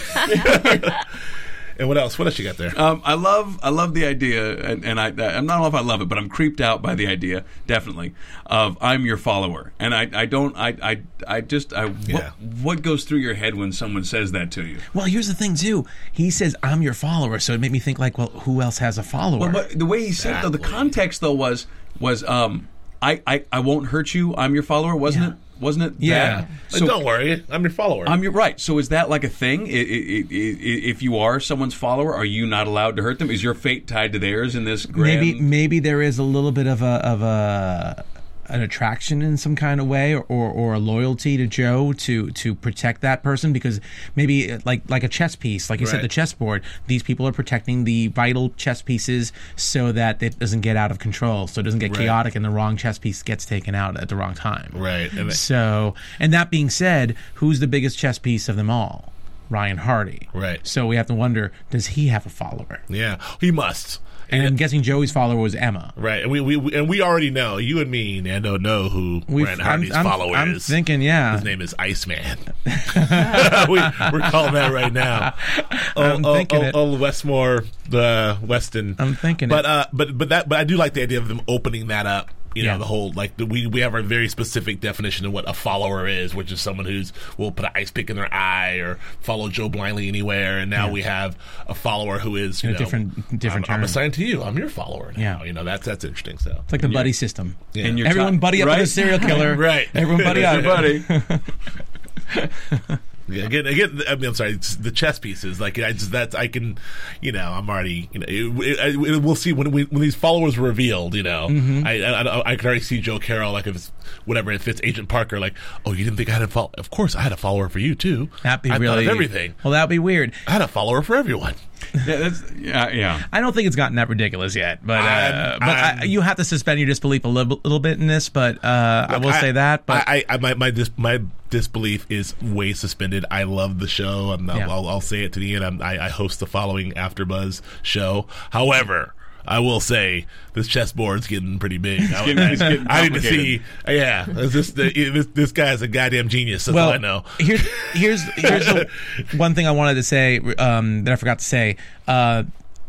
Speaker 2: And what else? What else you got there?
Speaker 1: um, I love I love the idea, and, and I I'm not know if I love it, but I'm creeped out by the idea, definitely, of I'm your follower, and I, I don't I I, I just I what,
Speaker 2: Yeah.
Speaker 1: what goes through your head when someone says that to you?
Speaker 3: Well, here's the thing too. He says I'm your follower, so it made me think like, well, who else has a follower?
Speaker 1: But what, the way he said it, though, the context though was was um I, I I won't hurt you. I'm your follower, wasn't
Speaker 3: Yeah.
Speaker 1: it? Wasn't it?
Speaker 3: Yeah.
Speaker 1: that?
Speaker 2: Like, don't worry, I'm your follower.
Speaker 1: I'm your right. So is that like a thing? I- I- I- I- If you are someone's follower, are you not allowed to hurt them? Is your fate tied to theirs in this grand?
Speaker 3: maybe maybe there is a little bit of a of a an attraction in some kind of way or, or, or a loyalty to Joe to to protect that person because maybe uh, like like a chess piece like you said
Speaker 2: Right.
Speaker 3: the chessboard these people are protecting the vital chess pieces so that it doesn't get out of control so it doesn't get
Speaker 2: Right.
Speaker 3: chaotic and the wrong chess piece gets taken out at the wrong time
Speaker 2: Right, and-
Speaker 3: so and that being said who's the biggest chess piece of them all Ryan Hardy
Speaker 2: Right.
Speaker 3: so we have to wonder does he have a follower
Speaker 2: yeah, he must.
Speaker 3: and I'm guessing Joey's follower was Emma
Speaker 2: Right, and we, we we- and we already know you and me, Nando, know who
Speaker 3: We've-
Speaker 2: Ryan Hardy's
Speaker 3: I'm, I'm,
Speaker 2: follower
Speaker 3: I'm
Speaker 2: is.
Speaker 3: thinking, yeah.
Speaker 2: His name is Iceman. we, we're calling that right now.
Speaker 3: I'm
Speaker 2: oh,
Speaker 3: thinking
Speaker 2: oh,
Speaker 3: it.
Speaker 2: oh, Westmore, the Weston.
Speaker 3: I'm thinking
Speaker 2: but
Speaker 3: it.
Speaker 2: uh, but but that but I do like the idea of them opening that up. You know
Speaker 3: Yeah.
Speaker 2: the whole like the, we we have a very specific definition of what a follower is, which is someone who's will put an ice pick in their eye or follow Joe blindly anywhere. And now we have a follower who is you
Speaker 3: In a
Speaker 2: know,
Speaker 3: different- different
Speaker 2: I'm, I'm
Speaker 3: term.
Speaker 2: assigned to you. I'm your follower now.
Speaker 3: Yeah.
Speaker 2: You know that's that's interesting. So
Speaker 3: It's like the buddy system.
Speaker 1: And you're
Speaker 3: Everyone
Speaker 1: ti-
Speaker 3: buddy up
Speaker 1: right?
Speaker 3: with a serial killer.
Speaker 2: Right.
Speaker 3: Everyone buddy up.
Speaker 1: buddy.
Speaker 2: Yeah, again, again. I mean, I'm sorry. It's the chess pieces, like I just that's I can, you know, I'm already, you know, it, it, it- we'll see when we, when these followers were revealed. You know, I, I I- I could already see Joe Carroll, like if it's whatever, if it's Agent Parker, like, oh, you didn't think I had a follow? Of course, I had a follower for you too.
Speaker 3: That'd be
Speaker 2: I thought of
Speaker 3: really
Speaker 2: everything.
Speaker 3: Well, that'd be weird.
Speaker 2: I had a follower for everyone.
Speaker 1: Yeah, that's, yeah, yeah.
Speaker 3: I don't think it's gotten that ridiculous yet, but uh,
Speaker 2: I'm-
Speaker 3: but I,
Speaker 2: I'm-
Speaker 3: you have to suspend your disbelief a little, little bit in this. But uh, I will
Speaker 2: I-
Speaker 3: say that. But
Speaker 2: I, I, I my my, dis, my disbelief is way suspended. I love the show. I'm not,
Speaker 3: Yeah.
Speaker 2: I'll, I'll say it to the end. I'm, I, I host the following AfterBuzz show. However. I will say this chessboard's getting pretty big. I,
Speaker 1: getting- it's getting
Speaker 2: I need to see.
Speaker 1: complicated.
Speaker 2: Yeah, is this, the, this this guy's a goddamn genius. That's all I know.
Speaker 3: Here's here's here's the one thing I wanted to say um, that I forgot to say. Uh,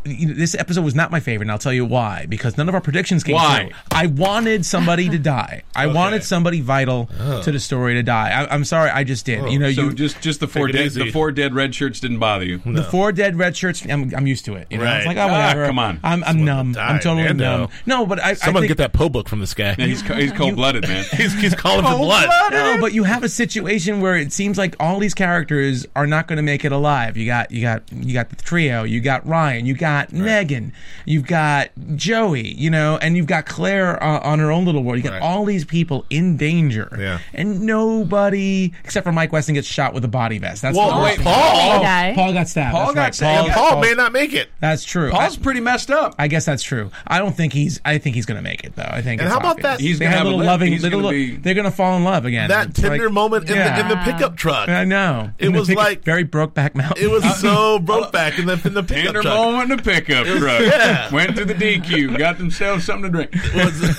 Speaker 3: you know, this episode was not my favorite, and I'll tell you why. Because none of our predictions came
Speaker 1: Why?
Speaker 3: true. I wanted somebody to die. I wanted somebody vital
Speaker 2: Oh.
Speaker 3: to the story to die. I, I'm sorry, I just did. You know,
Speaker 1: So
Speaker 3: you
Speaker 1: just just the four
Speaker 2: Take it
Speaker 1: dead
Speaker 2: easy.
Speaker 1: the four dead red shirts didn't bother you.
Speaker 3: the four dead red shirts. I'm, I'm used to it. You know, it's
Speaker 2: Right.
Speaker 3: like
Speaker 1: Ah,
Speaker 3: oh whatever.
Speaker 1: come on.
Speaker 3: I'm, I'm numb.
Speaker 2: die,
Speaker 3: I'm totally
Speaker 2: man, no.
Speaker 3: numb. No, but I
Speaker 2: Someone
Speaker 3: I think,
Speaker 2: get that Poe book from this guy.
Speaker 1: Yeah, he's co- he's cold blooded, man.
Speaker 2: he's, he's calling
Speaker 3: Oh,
Speaker 2: for blood.
Speaker 3: No, but you have a situation where it seems like all these characters are not going to make it alive. You got you got you got the trio. You got Ryan. You got Megan. You've got Joey. You know, and you've got Claire uh, on her own little world. You got
Speaker 2: Right.
Speaker 3: all these people in danger.
Speaker 2: Yeah.
Speaker 3: and nobody except for Mike Weston gets shot with a body vest. That's
Speaker 1: Well,
Speaker 3: the worst
Speaker 1: wait,
Speaker 3: part.
Speaker 4: Paul-
Speaker 2: Oh, Paul.
Speaker 4: Guy.
Speaker 3: Paul got stabbed.
Speaker 1: Paul
Speaker 3: That's
Speaker 1: got
Speaker 3: right.
Speaker 1: stabbed.
Speaker 3: Paul-
Speaker 2: Paul may not make it.
Speaker 3: That's true.
Speaker 1: Paul's
Speaker 3: I-
Speaker 1: pretty messed up.
Speaker 3: I guess that's true. I don't think he's. I think he's going to make it though. I think.
Speaker 2: And
Speaker 3: it's
Speaker 2: how about
Speaker 3: obvious.
Speaker 2: that- He's
Speaker 3: they
Speaker 1: gonna
Speaker 3: had
Speaker 1: have a
Speaker 3: a little
Speaker 1: lip.
Speaker 3: loving.
Speaker 1: He's
Speaker 3: little,
Speaker 1: gonna be-
Speaker 3: They're going to fall in love again.
Speaker 2: That
Speaker 3: It's
Speaker 2: Tinder
Speaker 3: like-
Speaker 2: moment in,
Speaker 3: Yeah.
Speaker 2: the, in the pickup truck.
Speaker 3: I know.
Speaker 2: It
Speaker 3: And the
Speaker 2: was
Speaker 3: pick-
Speaker 2: like-
Speaker 3: very Brokeback Mountain.
Speaker 2: It was so broke back in the in the pickup
Speaker 1: Tender
Speaker 2: truck.
Speaker 1: Uh, moment in the pickup truck.
Speaker 2: Yeah.
Speaker 1: Went to the DQ, got themselves something to drink.
Speaker 2: was-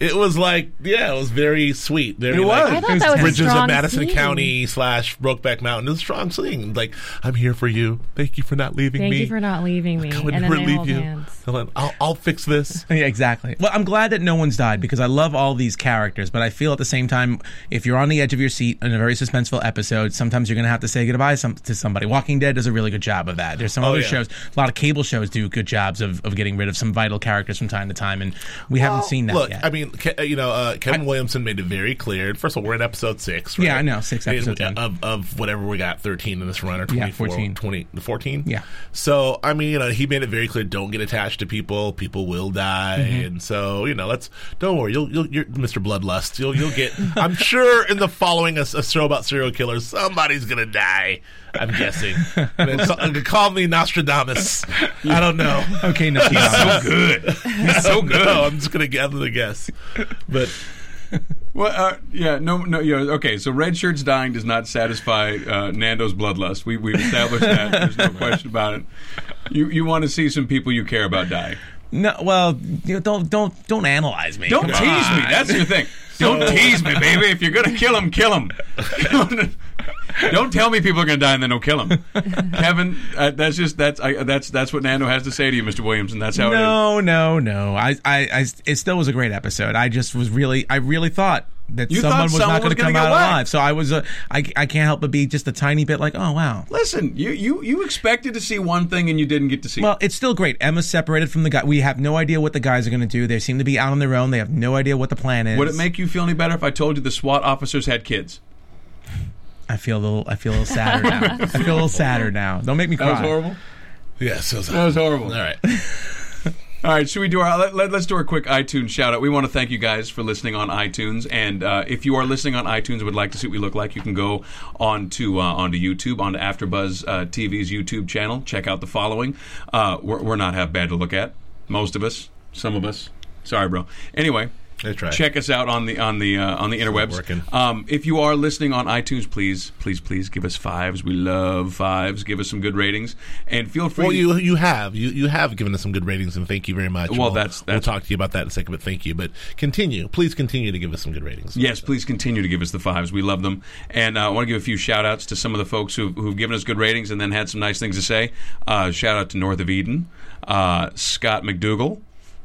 Speaker 2: it was like yeah, it was very sweet. Very
Speaker 1: It was.
Speaker 2: Like,
Speaker 4: I thought that was a
Speaker 2: Bridges
Speaker 4: strong
Speaker 2: of Madison
Speaker 4: scene.
Speaker 2: County slash Brokeback Mountain. It was a strong scene. Like I'm here for you. Thank you for not leaving
Speaker 4: Thank
Speaker 2: me.
Speaker 4: you for not leaving me.
Speaker 2: I
Speaker 4: And
Speaker 2: would
Speaker 4: then
Speaker 2: never
Speaker 4: they
Speaker 2: leave
Speaker 4: hold
Speaker 2: you.
Speaker 4: hands.
Speaker 2: I'll, I'll- I'll fix this.
Speaker 3: Yeah, exactly. Well, I'm glad that no one's died because I love all these characters, but I feel at the same time, if you're on the edge of your seat in a very suspenseful episode, sometimes you're going to have to say goodbye some, to somebody. Walking Dead does a really good job of that. There's some
Speaker 2: Oh,
Speaker 3: other
Speaker 2: yeah.
Speaker 3: shows, a lot of cable shows do good jobs of, of getting rid of some vital characters from time to time, and we haven't seen that
Speaker 2: Look,
Speaker 3: yet.
Speaker 2: I mean, Ke- uh, you know, uh, Kevin Williamson made it very clear. First of all, we're in episode six, right?
Speaker 3: Yeah, I know, six,
Speaker 2: I mean,
Speaker 3: episode ten.
Speaker 2: Of, of whatever we got, 13 in this run, or 24,
Speaker 3: 14.
Speaker 2: 20, 14?
Speaker 3: Yeah.
Speaker 2: So, I mean, you know, he made it very clear, don't get attached to people. People will die.
Speaker 3: Mm-hmm.
Speaker 2: And so, you know, let's, don't worry. You'll, you'll, you're Mr. Bloodlust. You'll, you'll get, I'm sure in the following a, s- a show about serial killers, somebody's going to die. I'm guessing. And it's- uh, call me Nostradamus. I don't know.
Speaker 3: okay, no,
Speaker 1: So good. so good.
Speaker 2: No, I'm just gonna gather the guess, but
Speaker 1: Well, uh, yeah, no, no, yeah, okay. So red shirts dying does not satisfy uh, Nando's bloodlust. We we established that. There's no question about it. You you want to see some people you care about die.
Speaker 3: no. Well, you know, don't don't don't analyze me.
Speaker 1: Don't
Speaker 3: Come
Speaker 1: tease me. That's your thing. Don't tease me, baby. If you're gonna kill him, kill him. don't tell me people are gonna die and then don't kill him. Kevin, uh, that's just that's I, that's that's what Nando has to say to you, Mr. Williamson. That's how it is.
Speaker 3: No, no, no. I, I, I, it still was a great episode. I just was really, I really thought that
Speaker 1: You
Speaker 3: someone
Speaker 1: thought
Speaker 3: was
Speaker 1: someone
Speaker 3: not going
Speaker 1: was
Speaker 3: to
Speaker 1: gonna
Speaker 3: come
Speaker 1: get
Speaker 3: out
Speaker 1: whacked.
Speaker 3: alive. So I was, uh, I, I can't help but be just a tiny bit like, oh wow.
Speaker 1: Listen, you, you you expected to see one thing and you didn't get to see. it.
Speaker 3: Well, it's still great. Emma's separated from the guy. We have no idea what the guys are going to do. They seem to be out on their own. They have no idea what the plan is.
Speaker 1: Would it make you feel any better if I told you the SWAT officers had kids?
Speaker 3: I feel a little. I feel a little sadder now. I feel a little sadder now. Don't make me cry.
Speaker 2: yes, it was,
Speaker 1: That was horrible.
Speaker 2: all right.
Speaker 1: All right, should we do our let, let, us do our quick iTunes shout out. We want to thank you guys for listening on iTunes, and uh, if you are listening on iTunes and would like to see what we look like, you can go on to uh, onto YouTube, onto AfterBuzz uh, TV's YouTube channel. Check out the following. Uh, we're, we're not half bad to look at. Most of us, some of us. Sorry, bro. Anyway,
Speaker 2: I tried.
Speaker 1: check us out on the on the uh, on the interwebs.
Speaker 2: working.
Speaker 1: Um, if you are listening on iTunes, please, please, please give us fives. We love fives. Give us some good ratings, and feel free.
Speaker 2: Well,
Speaker 1: to-
Speaker 2: you you have you you have given us some good ratings, and thank you very much.
Speaker 1: Well, that's- that's-
Speaker 2: we'll talk to you about that in a second, but thank you. But continue, please continue to give us some good ratings.
Speaker 1: Yes, please continue to give us the fives. We love them. And uh, I want to give a few shout outs to some of the folks who've, who've given us good ratings and then had some nice things to say. Uh, shout out to North of Eden, uh, Scott McDougall,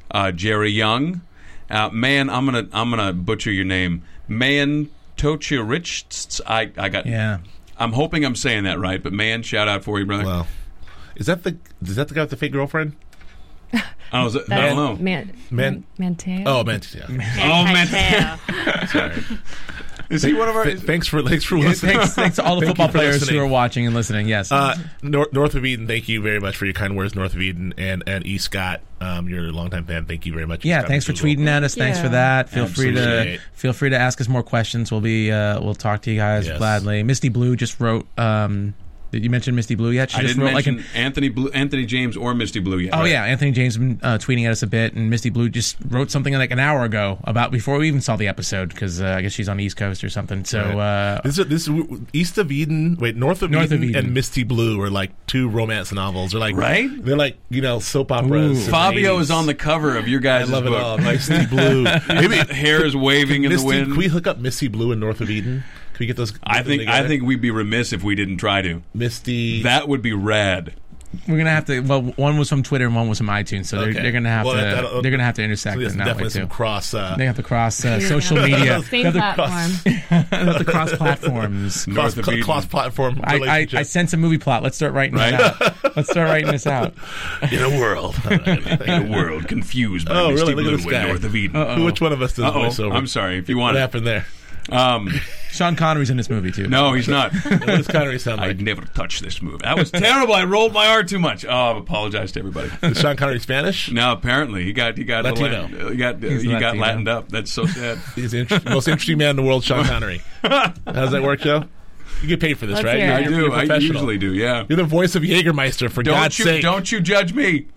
Speaker 1: uh, Jerry Young. Uh, man, I'm gonna I'm gonna butcher your name. Man Tocha Rich. I I got.
Speaker 3: Yeah.
Speaker 1: I'm hoping I'm saying that right, but man, shout out for you, brother.
Speaker 2: Well, is that the is that the guy with the fake girlfriend?
Speaker 1: I, was, I
Speaker 4: That
Speaker 1: don't know.
Speaker 4: is Man,
Speaker 2: Man-
Speaker 4: Manteo.
Speaker 2: Oh man, yeah.
Speaker 1: Oh man, is he one of our?
Speaker 2: Th- thanks for thanks for listening.
Speaker 3: Thanks, thanks to all the
Speaker 2: Thank you
Speaker 3: football
Speaker 2: for
Speaker 3: players
Speaker 2: listening.
Speaker 3: who are watching and listening. Yes.
Speaker 2: Uh, Nor- North of Eden, thank you very much for your kind words, North of Eden, and and E Scott, um, you're a longtime fan. Thank you very much.
Speaker 3: yeah,
Speaker 2: Scott
Speaker 3: thanks for
Speaker 2: McDougal.
Speaker 3: tweeting at us.
Speaker 4: Thank
Speaker 3: Thanks
Speaker 4: you.
Speaker 3: for that. Feel free
Speaker 2: Absolutely.
Speaker 3: to feel free to ask us more questions. We'll be uh, we'll talk to you guys
Speaker 2: Yes.
Speaker 3: gladly. Misty Blue just wrote. Um, did you mention Misty Blue yet? She
Speaker 1: I
Speaker 3: just
Speaker 1: didn't
Speaker 3: wrote
Speaker 1: mention
Speaker 3: like an.
Speaker 1: Anthony Blue, Anthony James or Misty Blue yet.
Speaker 3: Oh
Speaker 1: Right.
Speaker 3: yeah, Anthony James been uh, tweeting at us a bit, and Misty Blue just wrote something like an hour ago about before we even saw the episode because uh, I guess she's on the East Coast or something. So uh,
Speaker 2: This is this is, east of Eden. Wait, north of,
Speaker 3: North
Speaker 2: Eden,
Speaker 3: of Eden.
Speaker 2: and Misty Blue are like two romance novels. They're like
Speaker 1: Right?
Speaker 2: They're like you know soap operas.
Speaker 3: Ooh.
Speaker 2: in the
Speaker 1: Fabio
Speaker 2: 80s.
Speaker 1: is on the cover of your
Speaker 2: I
Speaker 1: guys'
Speaker 2: love it
Speaker 1: book.
Speaker 2: all. Misty Blue. Maybe
Speaker 1: hair is waving in
Speaker 2: Misty,
Speaker 1: the wind.
Speaker 2: Can we hook up Misty Blue and North of Eden? Can we get those?
Speaker 1: I
Speaker 2: get them
Speaker 1: think I
Speaker 2: together?
Speaker 1: think we'd be remiss if we didn't try to.
Speaker 2: Misty.
Speaker 1: That would be rad.
Speaker 3: We're gonna have to. Well, one was from Twitter and one was from iTunes, so
Speaker 2: Okay.
Speaker 3: they're, they're gonna have
Speaker 2: Well,
Speaker 3: to.
Speaker 2: that- that'll-
Speaker 3: they're gonna have to
Speaker 2: So
Speaker 3: intersect
Speaker 2: there's
Speaker 3: in that way
Speaker 2: definitely
Speaker 3: too.
Speaker 2: some cross. Uh,
Speaker 3: They have to cross uh, social
Speaker 2: Oh.
Speaker 3: media. They
Speaker 4: Same
Speaker 3: have to,
Speaker 4: platform.
Speaker 3: they have to cross platforms.
Speaker 2: cross,
Speaker 1: North of Eden.
Speaker 2: cross platform
Speaker 3: I, I, I
Speaker 2: relationship
Speaker 3: sense a movie plot. Let's start writing
Speaker 1: Right?
Speaker 3: this out. Let's start writing this out.
Speaker 2: in a world. All right.
Speaker 1: The world confused by
Speaker 2: Oh,
Speaker 1: Misty
Speaker 2: really? Look at this
Speaker 1: Blue
Speaker 2: guy.
Speaker 1: in North of Eden.
Speaker 2: Who- Which one of us does
Speaker 1: Uh-oh.
Speaker 2: voiceover?
Speaker 1: I'm sorry if you
Speaker 2: What
Speaker 1: want it.
Speaker 2: happened there?
Speaker 1: Um,
Speaker 3: Sean Connery's in this movie too.
Speaker 1: no, he's not.
Speaker 2: What does Connery sound
Speaker 1: I
Speaker 2: like?
Speaker 1: never touched this movie. That was terrible. I rolled my R too much. Oh, I apologize to everybody.
Speaker 2: Is Sean Connery Spanish?
Speaker 1: No, apparently he got he got a little
Speaker 2: Latino.
Speaker 1: Latin- he got
Speaker 3: He's
Speaker 1: he got
Speaker 3: Latino.
Speaker 1: Latined up. That's so sad.
Speaker 2: He's the inter- most interesting man in the world, Sean Connery. How does that work, Joe? You get paid for this,
Speaker 4: Let's
Speaker 2: right? You're-
Speaker 4: hear
Speaker 1: I
Speaker 4: it. Yeah,
Speaker 2: you're
Speaker 1: do.
Speaker 2: a
Speaker 1: I
Speaker 2: professional.
Speaker 1: usually do. Yeah.
Speaker 2: You're the voice of Jägermeister, for
Speaker 1: Don't
Speaker 2: God's
Speaker 1: you
Speaker 2: sake.
Speaker 1: don't you judge me.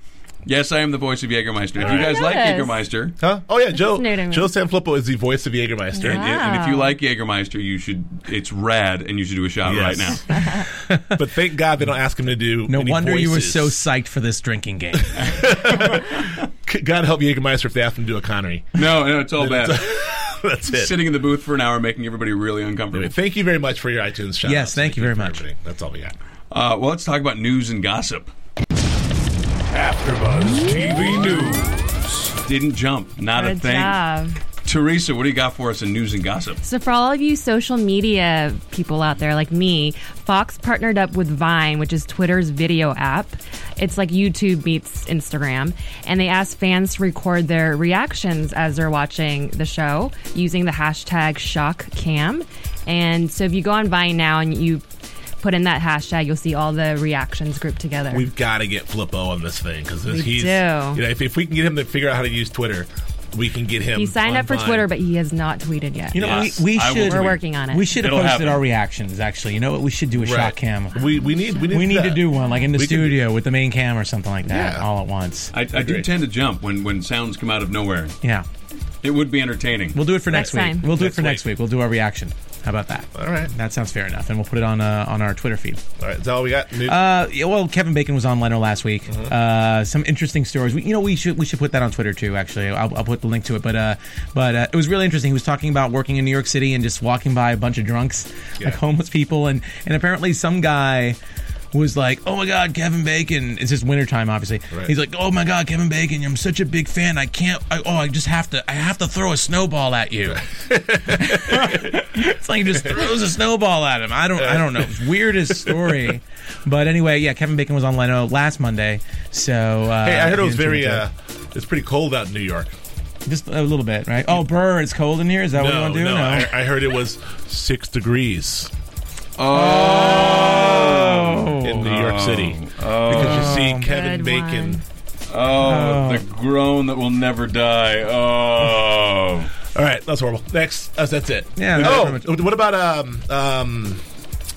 Speaker 1: Yes, I am the voice of Jägermeister. If you guys like
Speaker 4: Yes.
Speaker 1: Jägermeister,
Speaker 2: Huh? Oh yeah, Joe.
Speaker 4: new to me.
Speaker 2: Joe Sanfilippo is the voice of Jägermeister.
Speaker 1: and, and if
Speaker 4: Wow.
Speaker 1: you like Jägermeister, you should. It's rad, and you should do a shot right now.
Speaker 2: Yes. but thank God they don't ask him to do.
Speaker 3: No
Speaker 2: any
Speaker 3: wonder you were
Speaker 2: voices.
Speaker 3: so psyched for this drinking game.
Speaker 2: C- God help Jägermeister if they ask him to do a Connery.
Speaker 1: No, no, it's all bad.
Speaker 2: That's it.
Speaker 1: Sitting in the booth for an hour, making everybody really uncomfortable.
Speaker 2: Thank you very much for your iTunes shout
Speaker 3: Yes, thank you very much.
Speaker 2: That's all we got.
Speaker 1: Uh, well, let's talk about news and gossip.
Speaker 6: AfterBuzz TV News.
Speaker 1: Didn't jump, not a
Speaker 4: Good
Speaker 1: thing.
Speaker 4: job.
Speaker 1: Teresa, what do you got for us in news and gossip?
Speaker 4: So, for all of you social media people out there like me, Fox partnered up with Vine, which is Twitter's video app. It's like YouTube meets Instagram. And they asked fans to record their reactions as they're watching the show using the hashtag ShockCam. And so, if you go on Vine now and you put in that hashtag, you'll see all the reactions grouped together.
Speaker 2: We've got to get Flippo on this thing because he's. You
Speaker 4: do.
Speaker 2: know, if, if we can get him to figure out how to use Twitter, we can get him.
Speaker 4: he signed
Speaker 2: on
Speaker 4: up for
Speaker 2: Vine.
Speaker 4: Twitter, but he has not tweeted yet.
Speaker 3: You know,
Speaker 1: Yes,
Speaker 3: we, we
Speaker 1: I will
Speaker 3: should.
Speaker 4: We're working on it.
Speaker 3: We should have
Speaker 1: It'll
Speaker 3: posted
Speaker 1: happen.
Speaker 3: our reactions. Actually, you know what? We should do a
Speaker 2: Right.
Speaker 3: shot cam.
Speaker 2: We we need we need
Speaker 3: We need to
Speaker 2: that.
Speaker 3: do one like in the
Speaker 2: We can do-
Speaker 3: studio with the main cam or something like that,
Speaker 2: Yeah.
Speaker 3: all at once.
Speaker 1: I, I do
Speaker 2: Agreed.
Speaker 1: tend to jump when, when sounds come out of nowhere.
Speaker 3: yeah,
Speaker 1: It would be entertaining.
Speaker 3: we'll do it for next,
Speaker 4: Next
Speaker 3: week.
Speaker 4: time.
Speaker 3: We'll do
Speaker 2: Next
Speaker 3: it for next
Speaker 2: week.
Speaker 3: week. We'll do our reaction. How about that?
Speaker 2: All right,
Speaker 3: That sounds fair enough, and we'll put it on uh, on our Twitter feed.
Speaker 2: all right. Is that all we got? New-
Speaker 3: Uh, yeah, well, Kevin Bacon was on Leno last week.
Speaker 2: Mm-hmm.
Speaker 3: Uh, some interesting stories. We, you know, we should we should put that on Twitter too. Actually, I'll, I'll put the link to it. But uh, but uh, it was really interesting. He was talking about working in New York City and just walking by a bunch of drunks,
Speaker 2: Yeah.
Speaker 3: like homeless people, and and apparently some guy. Was like, oh my god, Kevin Bacon. It's just wintertime, obviously.
Speaker 2: Right.
Speaker 3: He's like, oh my god, Kevin Bacon. I'm such a big fan. I can't. I, oh, I just have to. I have to throw a snowball at you. It's like he just throws a snowball at him. I don't I don't know. It's weirdest story. But anyway, yeah, Kevin Bacon was on Leno last Monday. So uh,
Speaker 2: hey, I heard it was
Speaker 3: didn't tune
Speaker 2: very.
Speaker 3: into
Speaker 2: Uh, it's pretty cold out in New York.
Speaker 3: it. just a little bit, right? Oh, Burr, it's cold in here. Is that what you
Speaker 2: No,
Speaker 3: want to Oh, do?
Speaker 2: no. I, I heard it was six degrees
Speaker 3: Oh.
Speaker 2: in New York City because you see Kevin
Speaker 4: Good
Speaker 2: Bacon.
Speaker 4: one.
Speaker 1: Oh, the groan that will never die. Oh.
Speaker 2: All right, that's horrible. Next, that's, that's it.
Speaker 3: Yeah, that's
Speaker 2: Oh,
Speaker 3: pretty
Speaker 2: what about um um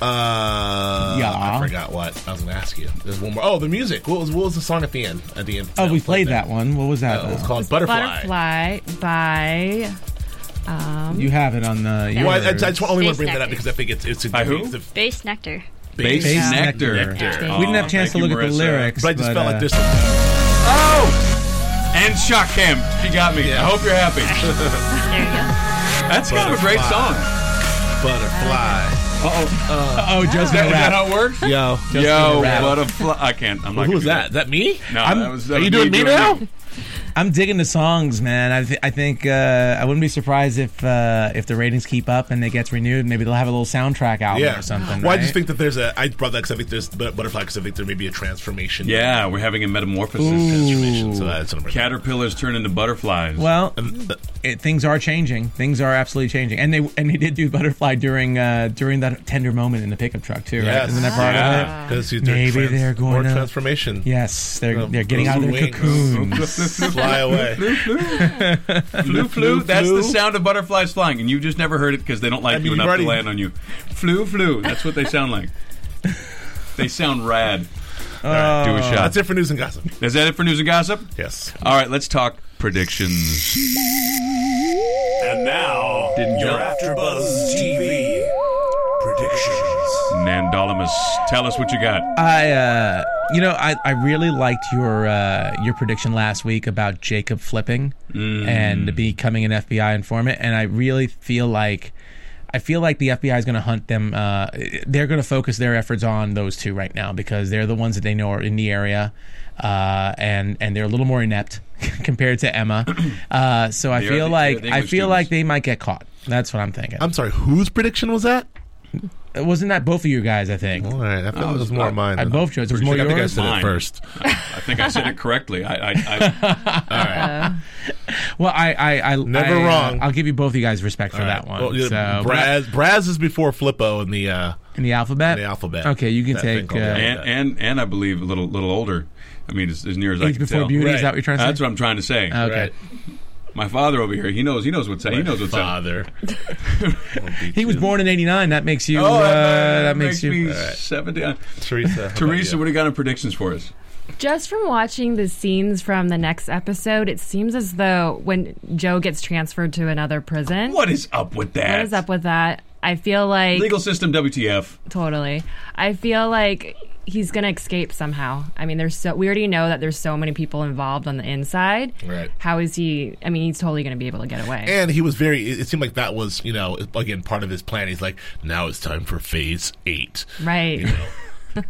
Speaker 2: uh?
Speaker 3: Yeah.
Speaker 2: I forgot what I was going to ask you. There's one more. Oh, the music. What was what was the song at the end? At the end.
Speaker 3: Oh, we
Speaker 2: was
Speaker 3: played that
Speaker 2: there.
Speaker 3: one. What was that?
Speaker 2: Uh, it was
Speaker 3: though?
Speaker 2: called Butterfly.
Speaker 4: Butterfly by
Speaker 3: Uh, you have it on the.
Speaker 2: Well, I, I, I just only want to
Speaker 5: Space
Speaker 2: bring that up
Speaker 5: Nectar.
Speaker 2: because I think it's it's, a,
Speaker 1: By who?
Speaker 2: it's a
Speaker 5: Base Nectar.
Speaker 1: Base,
Speaker 3: Base
Speaker 1: nectar.
Speaker 3: nectar.
Speaker 1: Oh,
Speaker 3: we didn't have a chance to
Speaker 1: thank
Speaker 3: look
Speaker 1: you,
Speaker 3: at the
Speaker 1: Marissa.
Speaker 3: lyrics,
Speaker 2: But I just felt
Speaker 3: uh,
Speaker 2: like this. One.
Speaker 1: Oh! And shock him. She got me. I hope you're happy.
Speaker 5: There you go.
Speaker 1: That's kind of a great song.
Speaker 2: Butterfly. Butterfly.
Speaker 3: Oh,
Speaker 1: Is
Speaker 3: just
Speaker 1: that,
Speaker 3: gonna
Speaker 1: is that
Speaker 3: wrap.
Speaker 1: how it works?
Speaker 2: Yo,
Speaker 1: Yo,
Speaker 3: rap.
Speaker 1: what a fl- I can't. I'm not.
Speaker 2: who was
Speaker 1: gonna do
Speaker 2: that? Is that me?
Speaker 1: No,
Speaker 3: I'm-
Speaker 1: that was. that
Speaker 2: Are
Speaker 1: was
Speaker 2: you doing me now?
Speaker 3: I'm digging the songs, man. I, th- I think uh, I wouldn't be surprised if uh, if the ratings keep up and it gets renewed. Maybe they'll have a little soundtrack album
Speaker 2: Yeah.
Speaker 3: or something.
Speaker 2: Well, I
Speaker 3: right?
Speaker 2: just think that there's a. I brought that because I think there's but- butterfly because I think there may be a transformation.
Speaker 1: Yeah, we're having a metamorphosis.
Speaker 2: Transformation. So that's what I'm bringing up.
Speaker 1: Caterpillars turn into butterflies.
Speaker 3: Well,
Speaker 2: And, uh,
Speaker 3: it, things are changing. Things are absolutely changing, and they and they did do butterfly during uh, during that tender moment in the pickup truck too. Right?
Speaker 2: Yes.
Speaker 3: Isn't that part of it?
Speaker 1: yeah.
Speaker 2: Because
Speaker 3: Maybe they're going
Speaker 2: more
Speaker 3: to-
Speaker 2: transformation.
Speaker 3: Yes, they're
Speaker 2: Um,
Speaker 3: they're getting out of their
Speaker 2: wings.
Speaker 3: cocoon.
Speaker 2: Fly away.
Speaker 1: Flew, flew. That's
Speaker 2: flew.
Speaker 1: the sound of butterflies flying, and you just never heard it because they don't like
Speaker 2: I mean,
Speaker 1: you
Speaker 2: you've
Speaker 1: enough
Speaker 2: already-
Speaker 1: to land on you. Flew, flew. That's what they sound like. they sound rad. All right, do a shot.
Speaker 2: Uh, That's it for news and gossip.
Speaker 1: Is that it for news and gossip?
Speaker 2: Yes.
Speaker 1: All right, let's talk predictions.
Speaker 6: And now,
Speaker 1: Didn't
Speaker 6: your
Speaker 1: jump.
Speaker 6: AfterBuzz TV predictions.
Speaker 1: Nandolimus, tell us what you got.
Speaker 3: I, uh, you know, I, I really liked your uh, your prediction last week about
Speaker 1: Mm.
Speaker 3: Jacob flipping and becoming an FBI informant, and I really feel like I feel like the FBI is going to hunt them. Uh, they're going to focus their efforts on those two right now because they're the ones that they know are in the area, uh, and and they're a little more inept compared to Emma. Uh, so I
Speaker 1: They are
Speaker 3: feel
Speaker 1: the-
Speaker 3: like
Speaker 1: they're the
Speaker 3: I feel
Speaker 1: English
Speaker 3: like
Speaker 1: students.
Speaker 3: they might get caught. That's what I'm thinking.
Speaker 2: I'm sorry, whose prediction was that?
Speaker 3: Wasn't that both of you guys? I think.
Speaker 2: All right, I thought it was more mine.
Speaker 3: I
Speaker 2: than-
Speaker 3: both chose. It was
Speaker 2: I
Speaker 3: more
Speaker 2: think I
Speaker 3: yours?
Speaker 2: said it
Speaker 1: Mine.
Speaker 2: first.
Speaker 1: I think I said it correctly. I, I, I
Speaker 3: Well, I, I, I
Speaker 2: Never
Speaker 3: I, uh,
Speaker 2: wrong.
Speaker 3: I'll give you both of you guys respect for that one.
Speaker 2: Well, yeah,
Speaker 3: so,
Speaker 2: Braz, Braz is before Flippo in the. Uh,
Speaker 3: in the alphabet.
Speaker 2: In the alphabet.
Speaker 3: Okay, you can
Speaker 2: That thing
Speaker 3: take.
Speaker 2: called
Speaker 3: Uh,
Speaker 2: the-
Speaker 1: and, and and I believe a little little older. I mean, as, as near as I
Speaker 3: age
Speaker 1: can
Speaker 3: before
Speaker 1: tell.
Speaker 3: beauty. Is
Speaker 2: Right.
Speaker 3: that what you're trying to say?
Speaker 1: That's what I'm trying to say.
Speaker 3: Okay.
Speaker 2: Right.
Speaker 1: My father over here, he knows he knows what's up. He knows what's up.
Speaker 2: father.
Speaker 3: He was born in '89. That makes you.
Speaker 1: Oh,
Speaker 3: uh,
Speaker 1: that,
Speaker 3: that makes, you.
Speaker 1: me seventy. Uh,
Speaker 2: Teresa. how
Speaker 1: Teresa,
Speaker 2: about
Speaker 1: what do you got in predictions for us?
Speaker 4: Just from watching the scenes from the next episode, it seems as though when Joe gets transferred to another prison,
Speaker 1: What is up with that?
Speaker 4: what is up with that? I feel like
Speaker 1: Legal system, WTF?
Speaker 4: totally. I feel like he's gonna escape somehow. I mean, there's so we already know that there's so many people involved on the inside.
Speaker 2: Right.
Speaker 4: How is he? I mean, he's totally gonna be able to get away.
Speaker 2: And he was very. It it seemed like that was, you know, again part of his plan. He's like, now it's time for phase eight.
Speaker 4: right.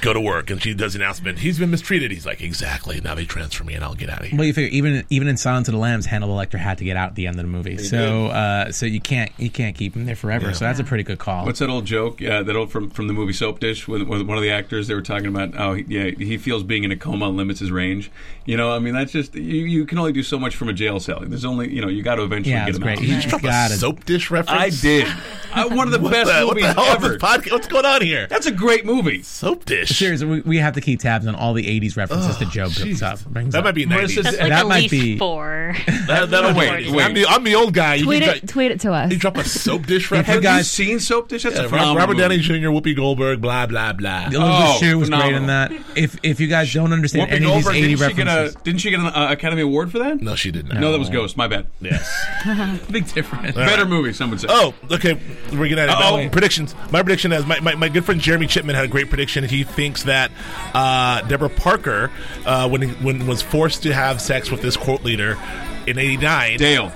Speaker 2: Go to work, and she does the announcement. He's been mistreated. He's like, exactly. Now they transfer me, and I'll get out of here.
Speaker 3: Well, you figure even even in Silence of the Lambs, Hannibal Lecter had to get out at the end of the movie. so uh, so you can't you can't keep him there forever. So that's a pretty good call.
Speaker 1: What's that old joke? Uh, that old from from the movie Soap Dish with, with one of the actors. They were talking about how he, yeah he feels being in a coma limits his range. You know, I mean that's just you, you can only do so much from a jail cell. There's only you know you got to eventually
Speaker 3: yeah,
Speaker 1: get
Speaker 3: it's
Speaker 1: him
Speaker 3: great.
Speaker 1: out.
Speaker 3: He's
Speaker 2: Did you drop
Speaker 3: got
Speaker 2: a
Speaker 3: it.
Speaker 2: soap dish reference?
Speaker 1: I did. I, one of the best
Speaker 2: Uh, what
Speaker 1: movies
Speaker 2: the hell is
Speaker 1: ever.
Speaker 2: this podcast? What's going on here?
Speaker 1: That's a great movie.
Speaker 2: Soap dish.
Speaker 3: Seriously, we, we have to keep tabs on all the '80s references that Joe brings up. Brings
Speaker 2: Oh, That
Speaker 3: up.
Speaker 2: might be
Speaker 1: Marissa's-
Speaker 2: 90s.
Speaker 5: That's like
Speaker 3: That
Speaker 5: at
Speaker 3: might
Speaker 5: least
Speaker 3: be-
Speaker 5: four.
Speaker 2: That, that'll wait.
Speaker 1: wait.
Speaker 2: I'm, the, I'm the old guy. You
Speaker 4: Tweet
Speaker 2: can
Speaker 4: it.
Speaker 2: dri-
Speaker 4: Tweet it to us.
Speaker 2: you drop a soap dish
Speaker 1: Have
Speaker 2: reference.
Speaker 1: you
Speaker 3: guys-
Speaker 1: seen Soap Dish? That's
Speaker 2: Yeah,
Speaker 1: a
Speaker 2: Rob-
Speaker 1: phenomenal
Speaker 2: Robert Downey
Speaker 1: movie.
Speaker 2: Jr., Whoopi Goldberg, blah blah blah.
Speaker 3: Elizabeth
Speaker 1: Oh,
Speaker 3: Shue was great in
Speaker 1: phenomenal.
Speaker 3: that. If if you guys don't understand
Speaker 1: Whoopi
Speaker 3: any of these
Speaker 1: Goldberg,
Speaker 3: '80
Speaker 1: didn't she, get a,
Speaker 3: references,
Speaker 1: didn't she get an uh, Academy Award for that?
Speaker 2: No, she didn't.
Speaker 1: No, that was Ghost. My bad.
Speaker 2: yes.
Speaker 3: big difference.
Speaker 1: Better movie, some would say.
Speaker 2: Oh, okay. We're getting out
Speaker 1: Uh-oh.
Speaker 2: of predictions. My prediction is my, my, my good friend Jeremy Chipman had a great prediction. He thinks that uh, Deborah Parker, uh, when when was forced to have sex with this court leader in '89,
Speaker 1: Dale.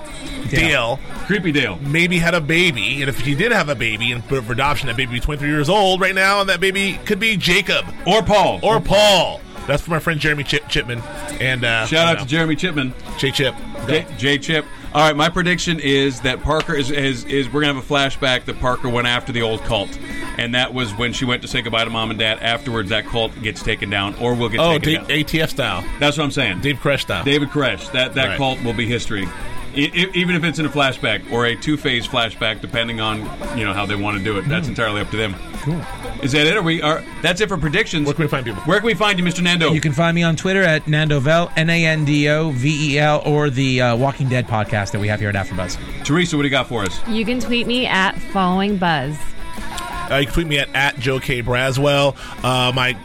Speaker 2: Dale
Speaker 1: Creepy Dale.
Speaker 2: maybe had a baby, and if he did have a baby and put it for adoption, that baby would be 23 years old right now, and that baby could be Jacob
Speaker 1: Or Paul.
Speaker 2: or Paul. That's for my friend Jeremy Chip- Chipman. And uh,
Speaker 1: Shout
Speaker 2: I
Speaker 1: out to
Speaker 2: don't
Speaker 1: Jeremy Chipman.
Speaker 2: know. J Chip.
Speaker 1: J- J Chip. All right, my prediction is that Parker is, is is we're gonna have a flashback that Parker went after the old cult, and that was when she went to say goodbye to mom and dad. Afterwards, that cult gets taken down, or will get
Speaker 2: Oh,
Speaker 1: taken
Speaker 2: Dave,
Speaker 1: down.
Speaker 2: ATF style.
Speaker 1: That's what I'm saying.
Speaker 2: Dave Kresh style.
Speaker 1: David Koresh. That that
Speaker 2: Right.
Speaker 1: cult will be history, E- e- even if it's in a flashback or a two-phase flashback, depending on you know how they want to do it. That's
Speaker 2: Hmm.
Speaker 1: entirely up to them. Cool. Is that it? Are we? Are that's it for predictions?
Speaker 2: Where can we find people?
Speaker 1: Where can we find you, Mr. Nando?
Speaker 3: You can find me on Twitter at Nandovel, N A N D O V E L, or the uh, Walking Dead podcast that we have here at AfterBuzz.
Speaker 1: Teresa, what do you got for us?
Speaker 4: You can tweet me at following buzz.
Speaker 2: Uh, you can tweet me at, at Joe K. Braswell. Uh, my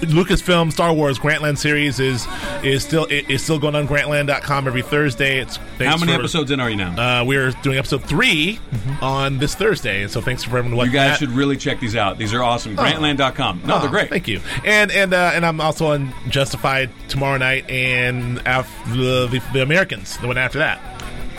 Speaker 2: Lucasfilm Star Wars Grantland series is is still i- is still going on Grantland.com every Thursday. It's thanks
Speaker 1: How many
Speaker 2: for-
Speaker 1: episodes in are you now?
Speaker 2: Uh, we're doing episode 3 on this Thursday, and so thanks for everyone.
Speaker 1: you
Speaker 2: watching
Speaker 1: guys
Speaker 2: that.
Speaker 1: should really check these out. These are awesome. Grantland.com. No,
Speaker 2: Oh,
Speaker 1: they're great.
Speaker 2: Thank you. And and uh, and I'm also on Justified tomorrow night, and af- the, the, the Americans, the one after that.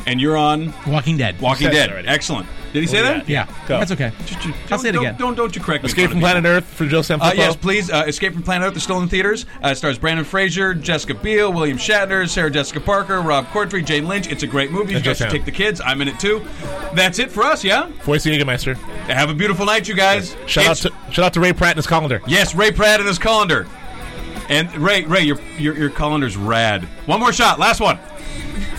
Speaker 1: And you're on
Speaker 3: Walking Dead.
Speaker 1: Walking
Speaker 2: Said that
Speaker 1: Dead.
Speaker 2: already. Oh,
Speaker 1: Excellent. Did he say
Speaker 2: yeah.
Speaker 1: that?
Speaker 3: yeah,
Speaker 2: Go.
Speaker 3: that's okay.
Speaker 1: Just- you-
Speaker 3: I'll say it
Speaker 1: don't-
Speaker 3: again.
Speaker 1: Don't don't you correct me. in
Speaker 2: Escape
Speaker 1: front
Speaker 2: from
Speaker 1: of people.
Speaker 2: Planet Earth for Joe Sanfilippo.
Speaker 1: Uh, yes, please. Uh, Escape from Planet Earth is still in theaters. Uh, it stars Brandon Fraser, Jessica Biel, William Shatner, Sarah Jessica Parker, Rob Corddry, Jane Lynch. It's a great movie. You
Speaker 2: And
Speaker 1: guys should
Speaker 2: Japan.
Speaker 1: take the kids. I'm in it too. That's it for us. Yeah.
Speaker 2: Voice of Jägermeister.
Speaker 1: Have a beautiful night, you guys.
Speaker 2: Shout out
Speaker 1: It's-
Speaker 2: to shout out to Ray Pratt and his calendar.
Speaker 1: yes, Ray Pratt and his colander. And Ray, Ray, your your, your calendar's rad. One more shot. Last one.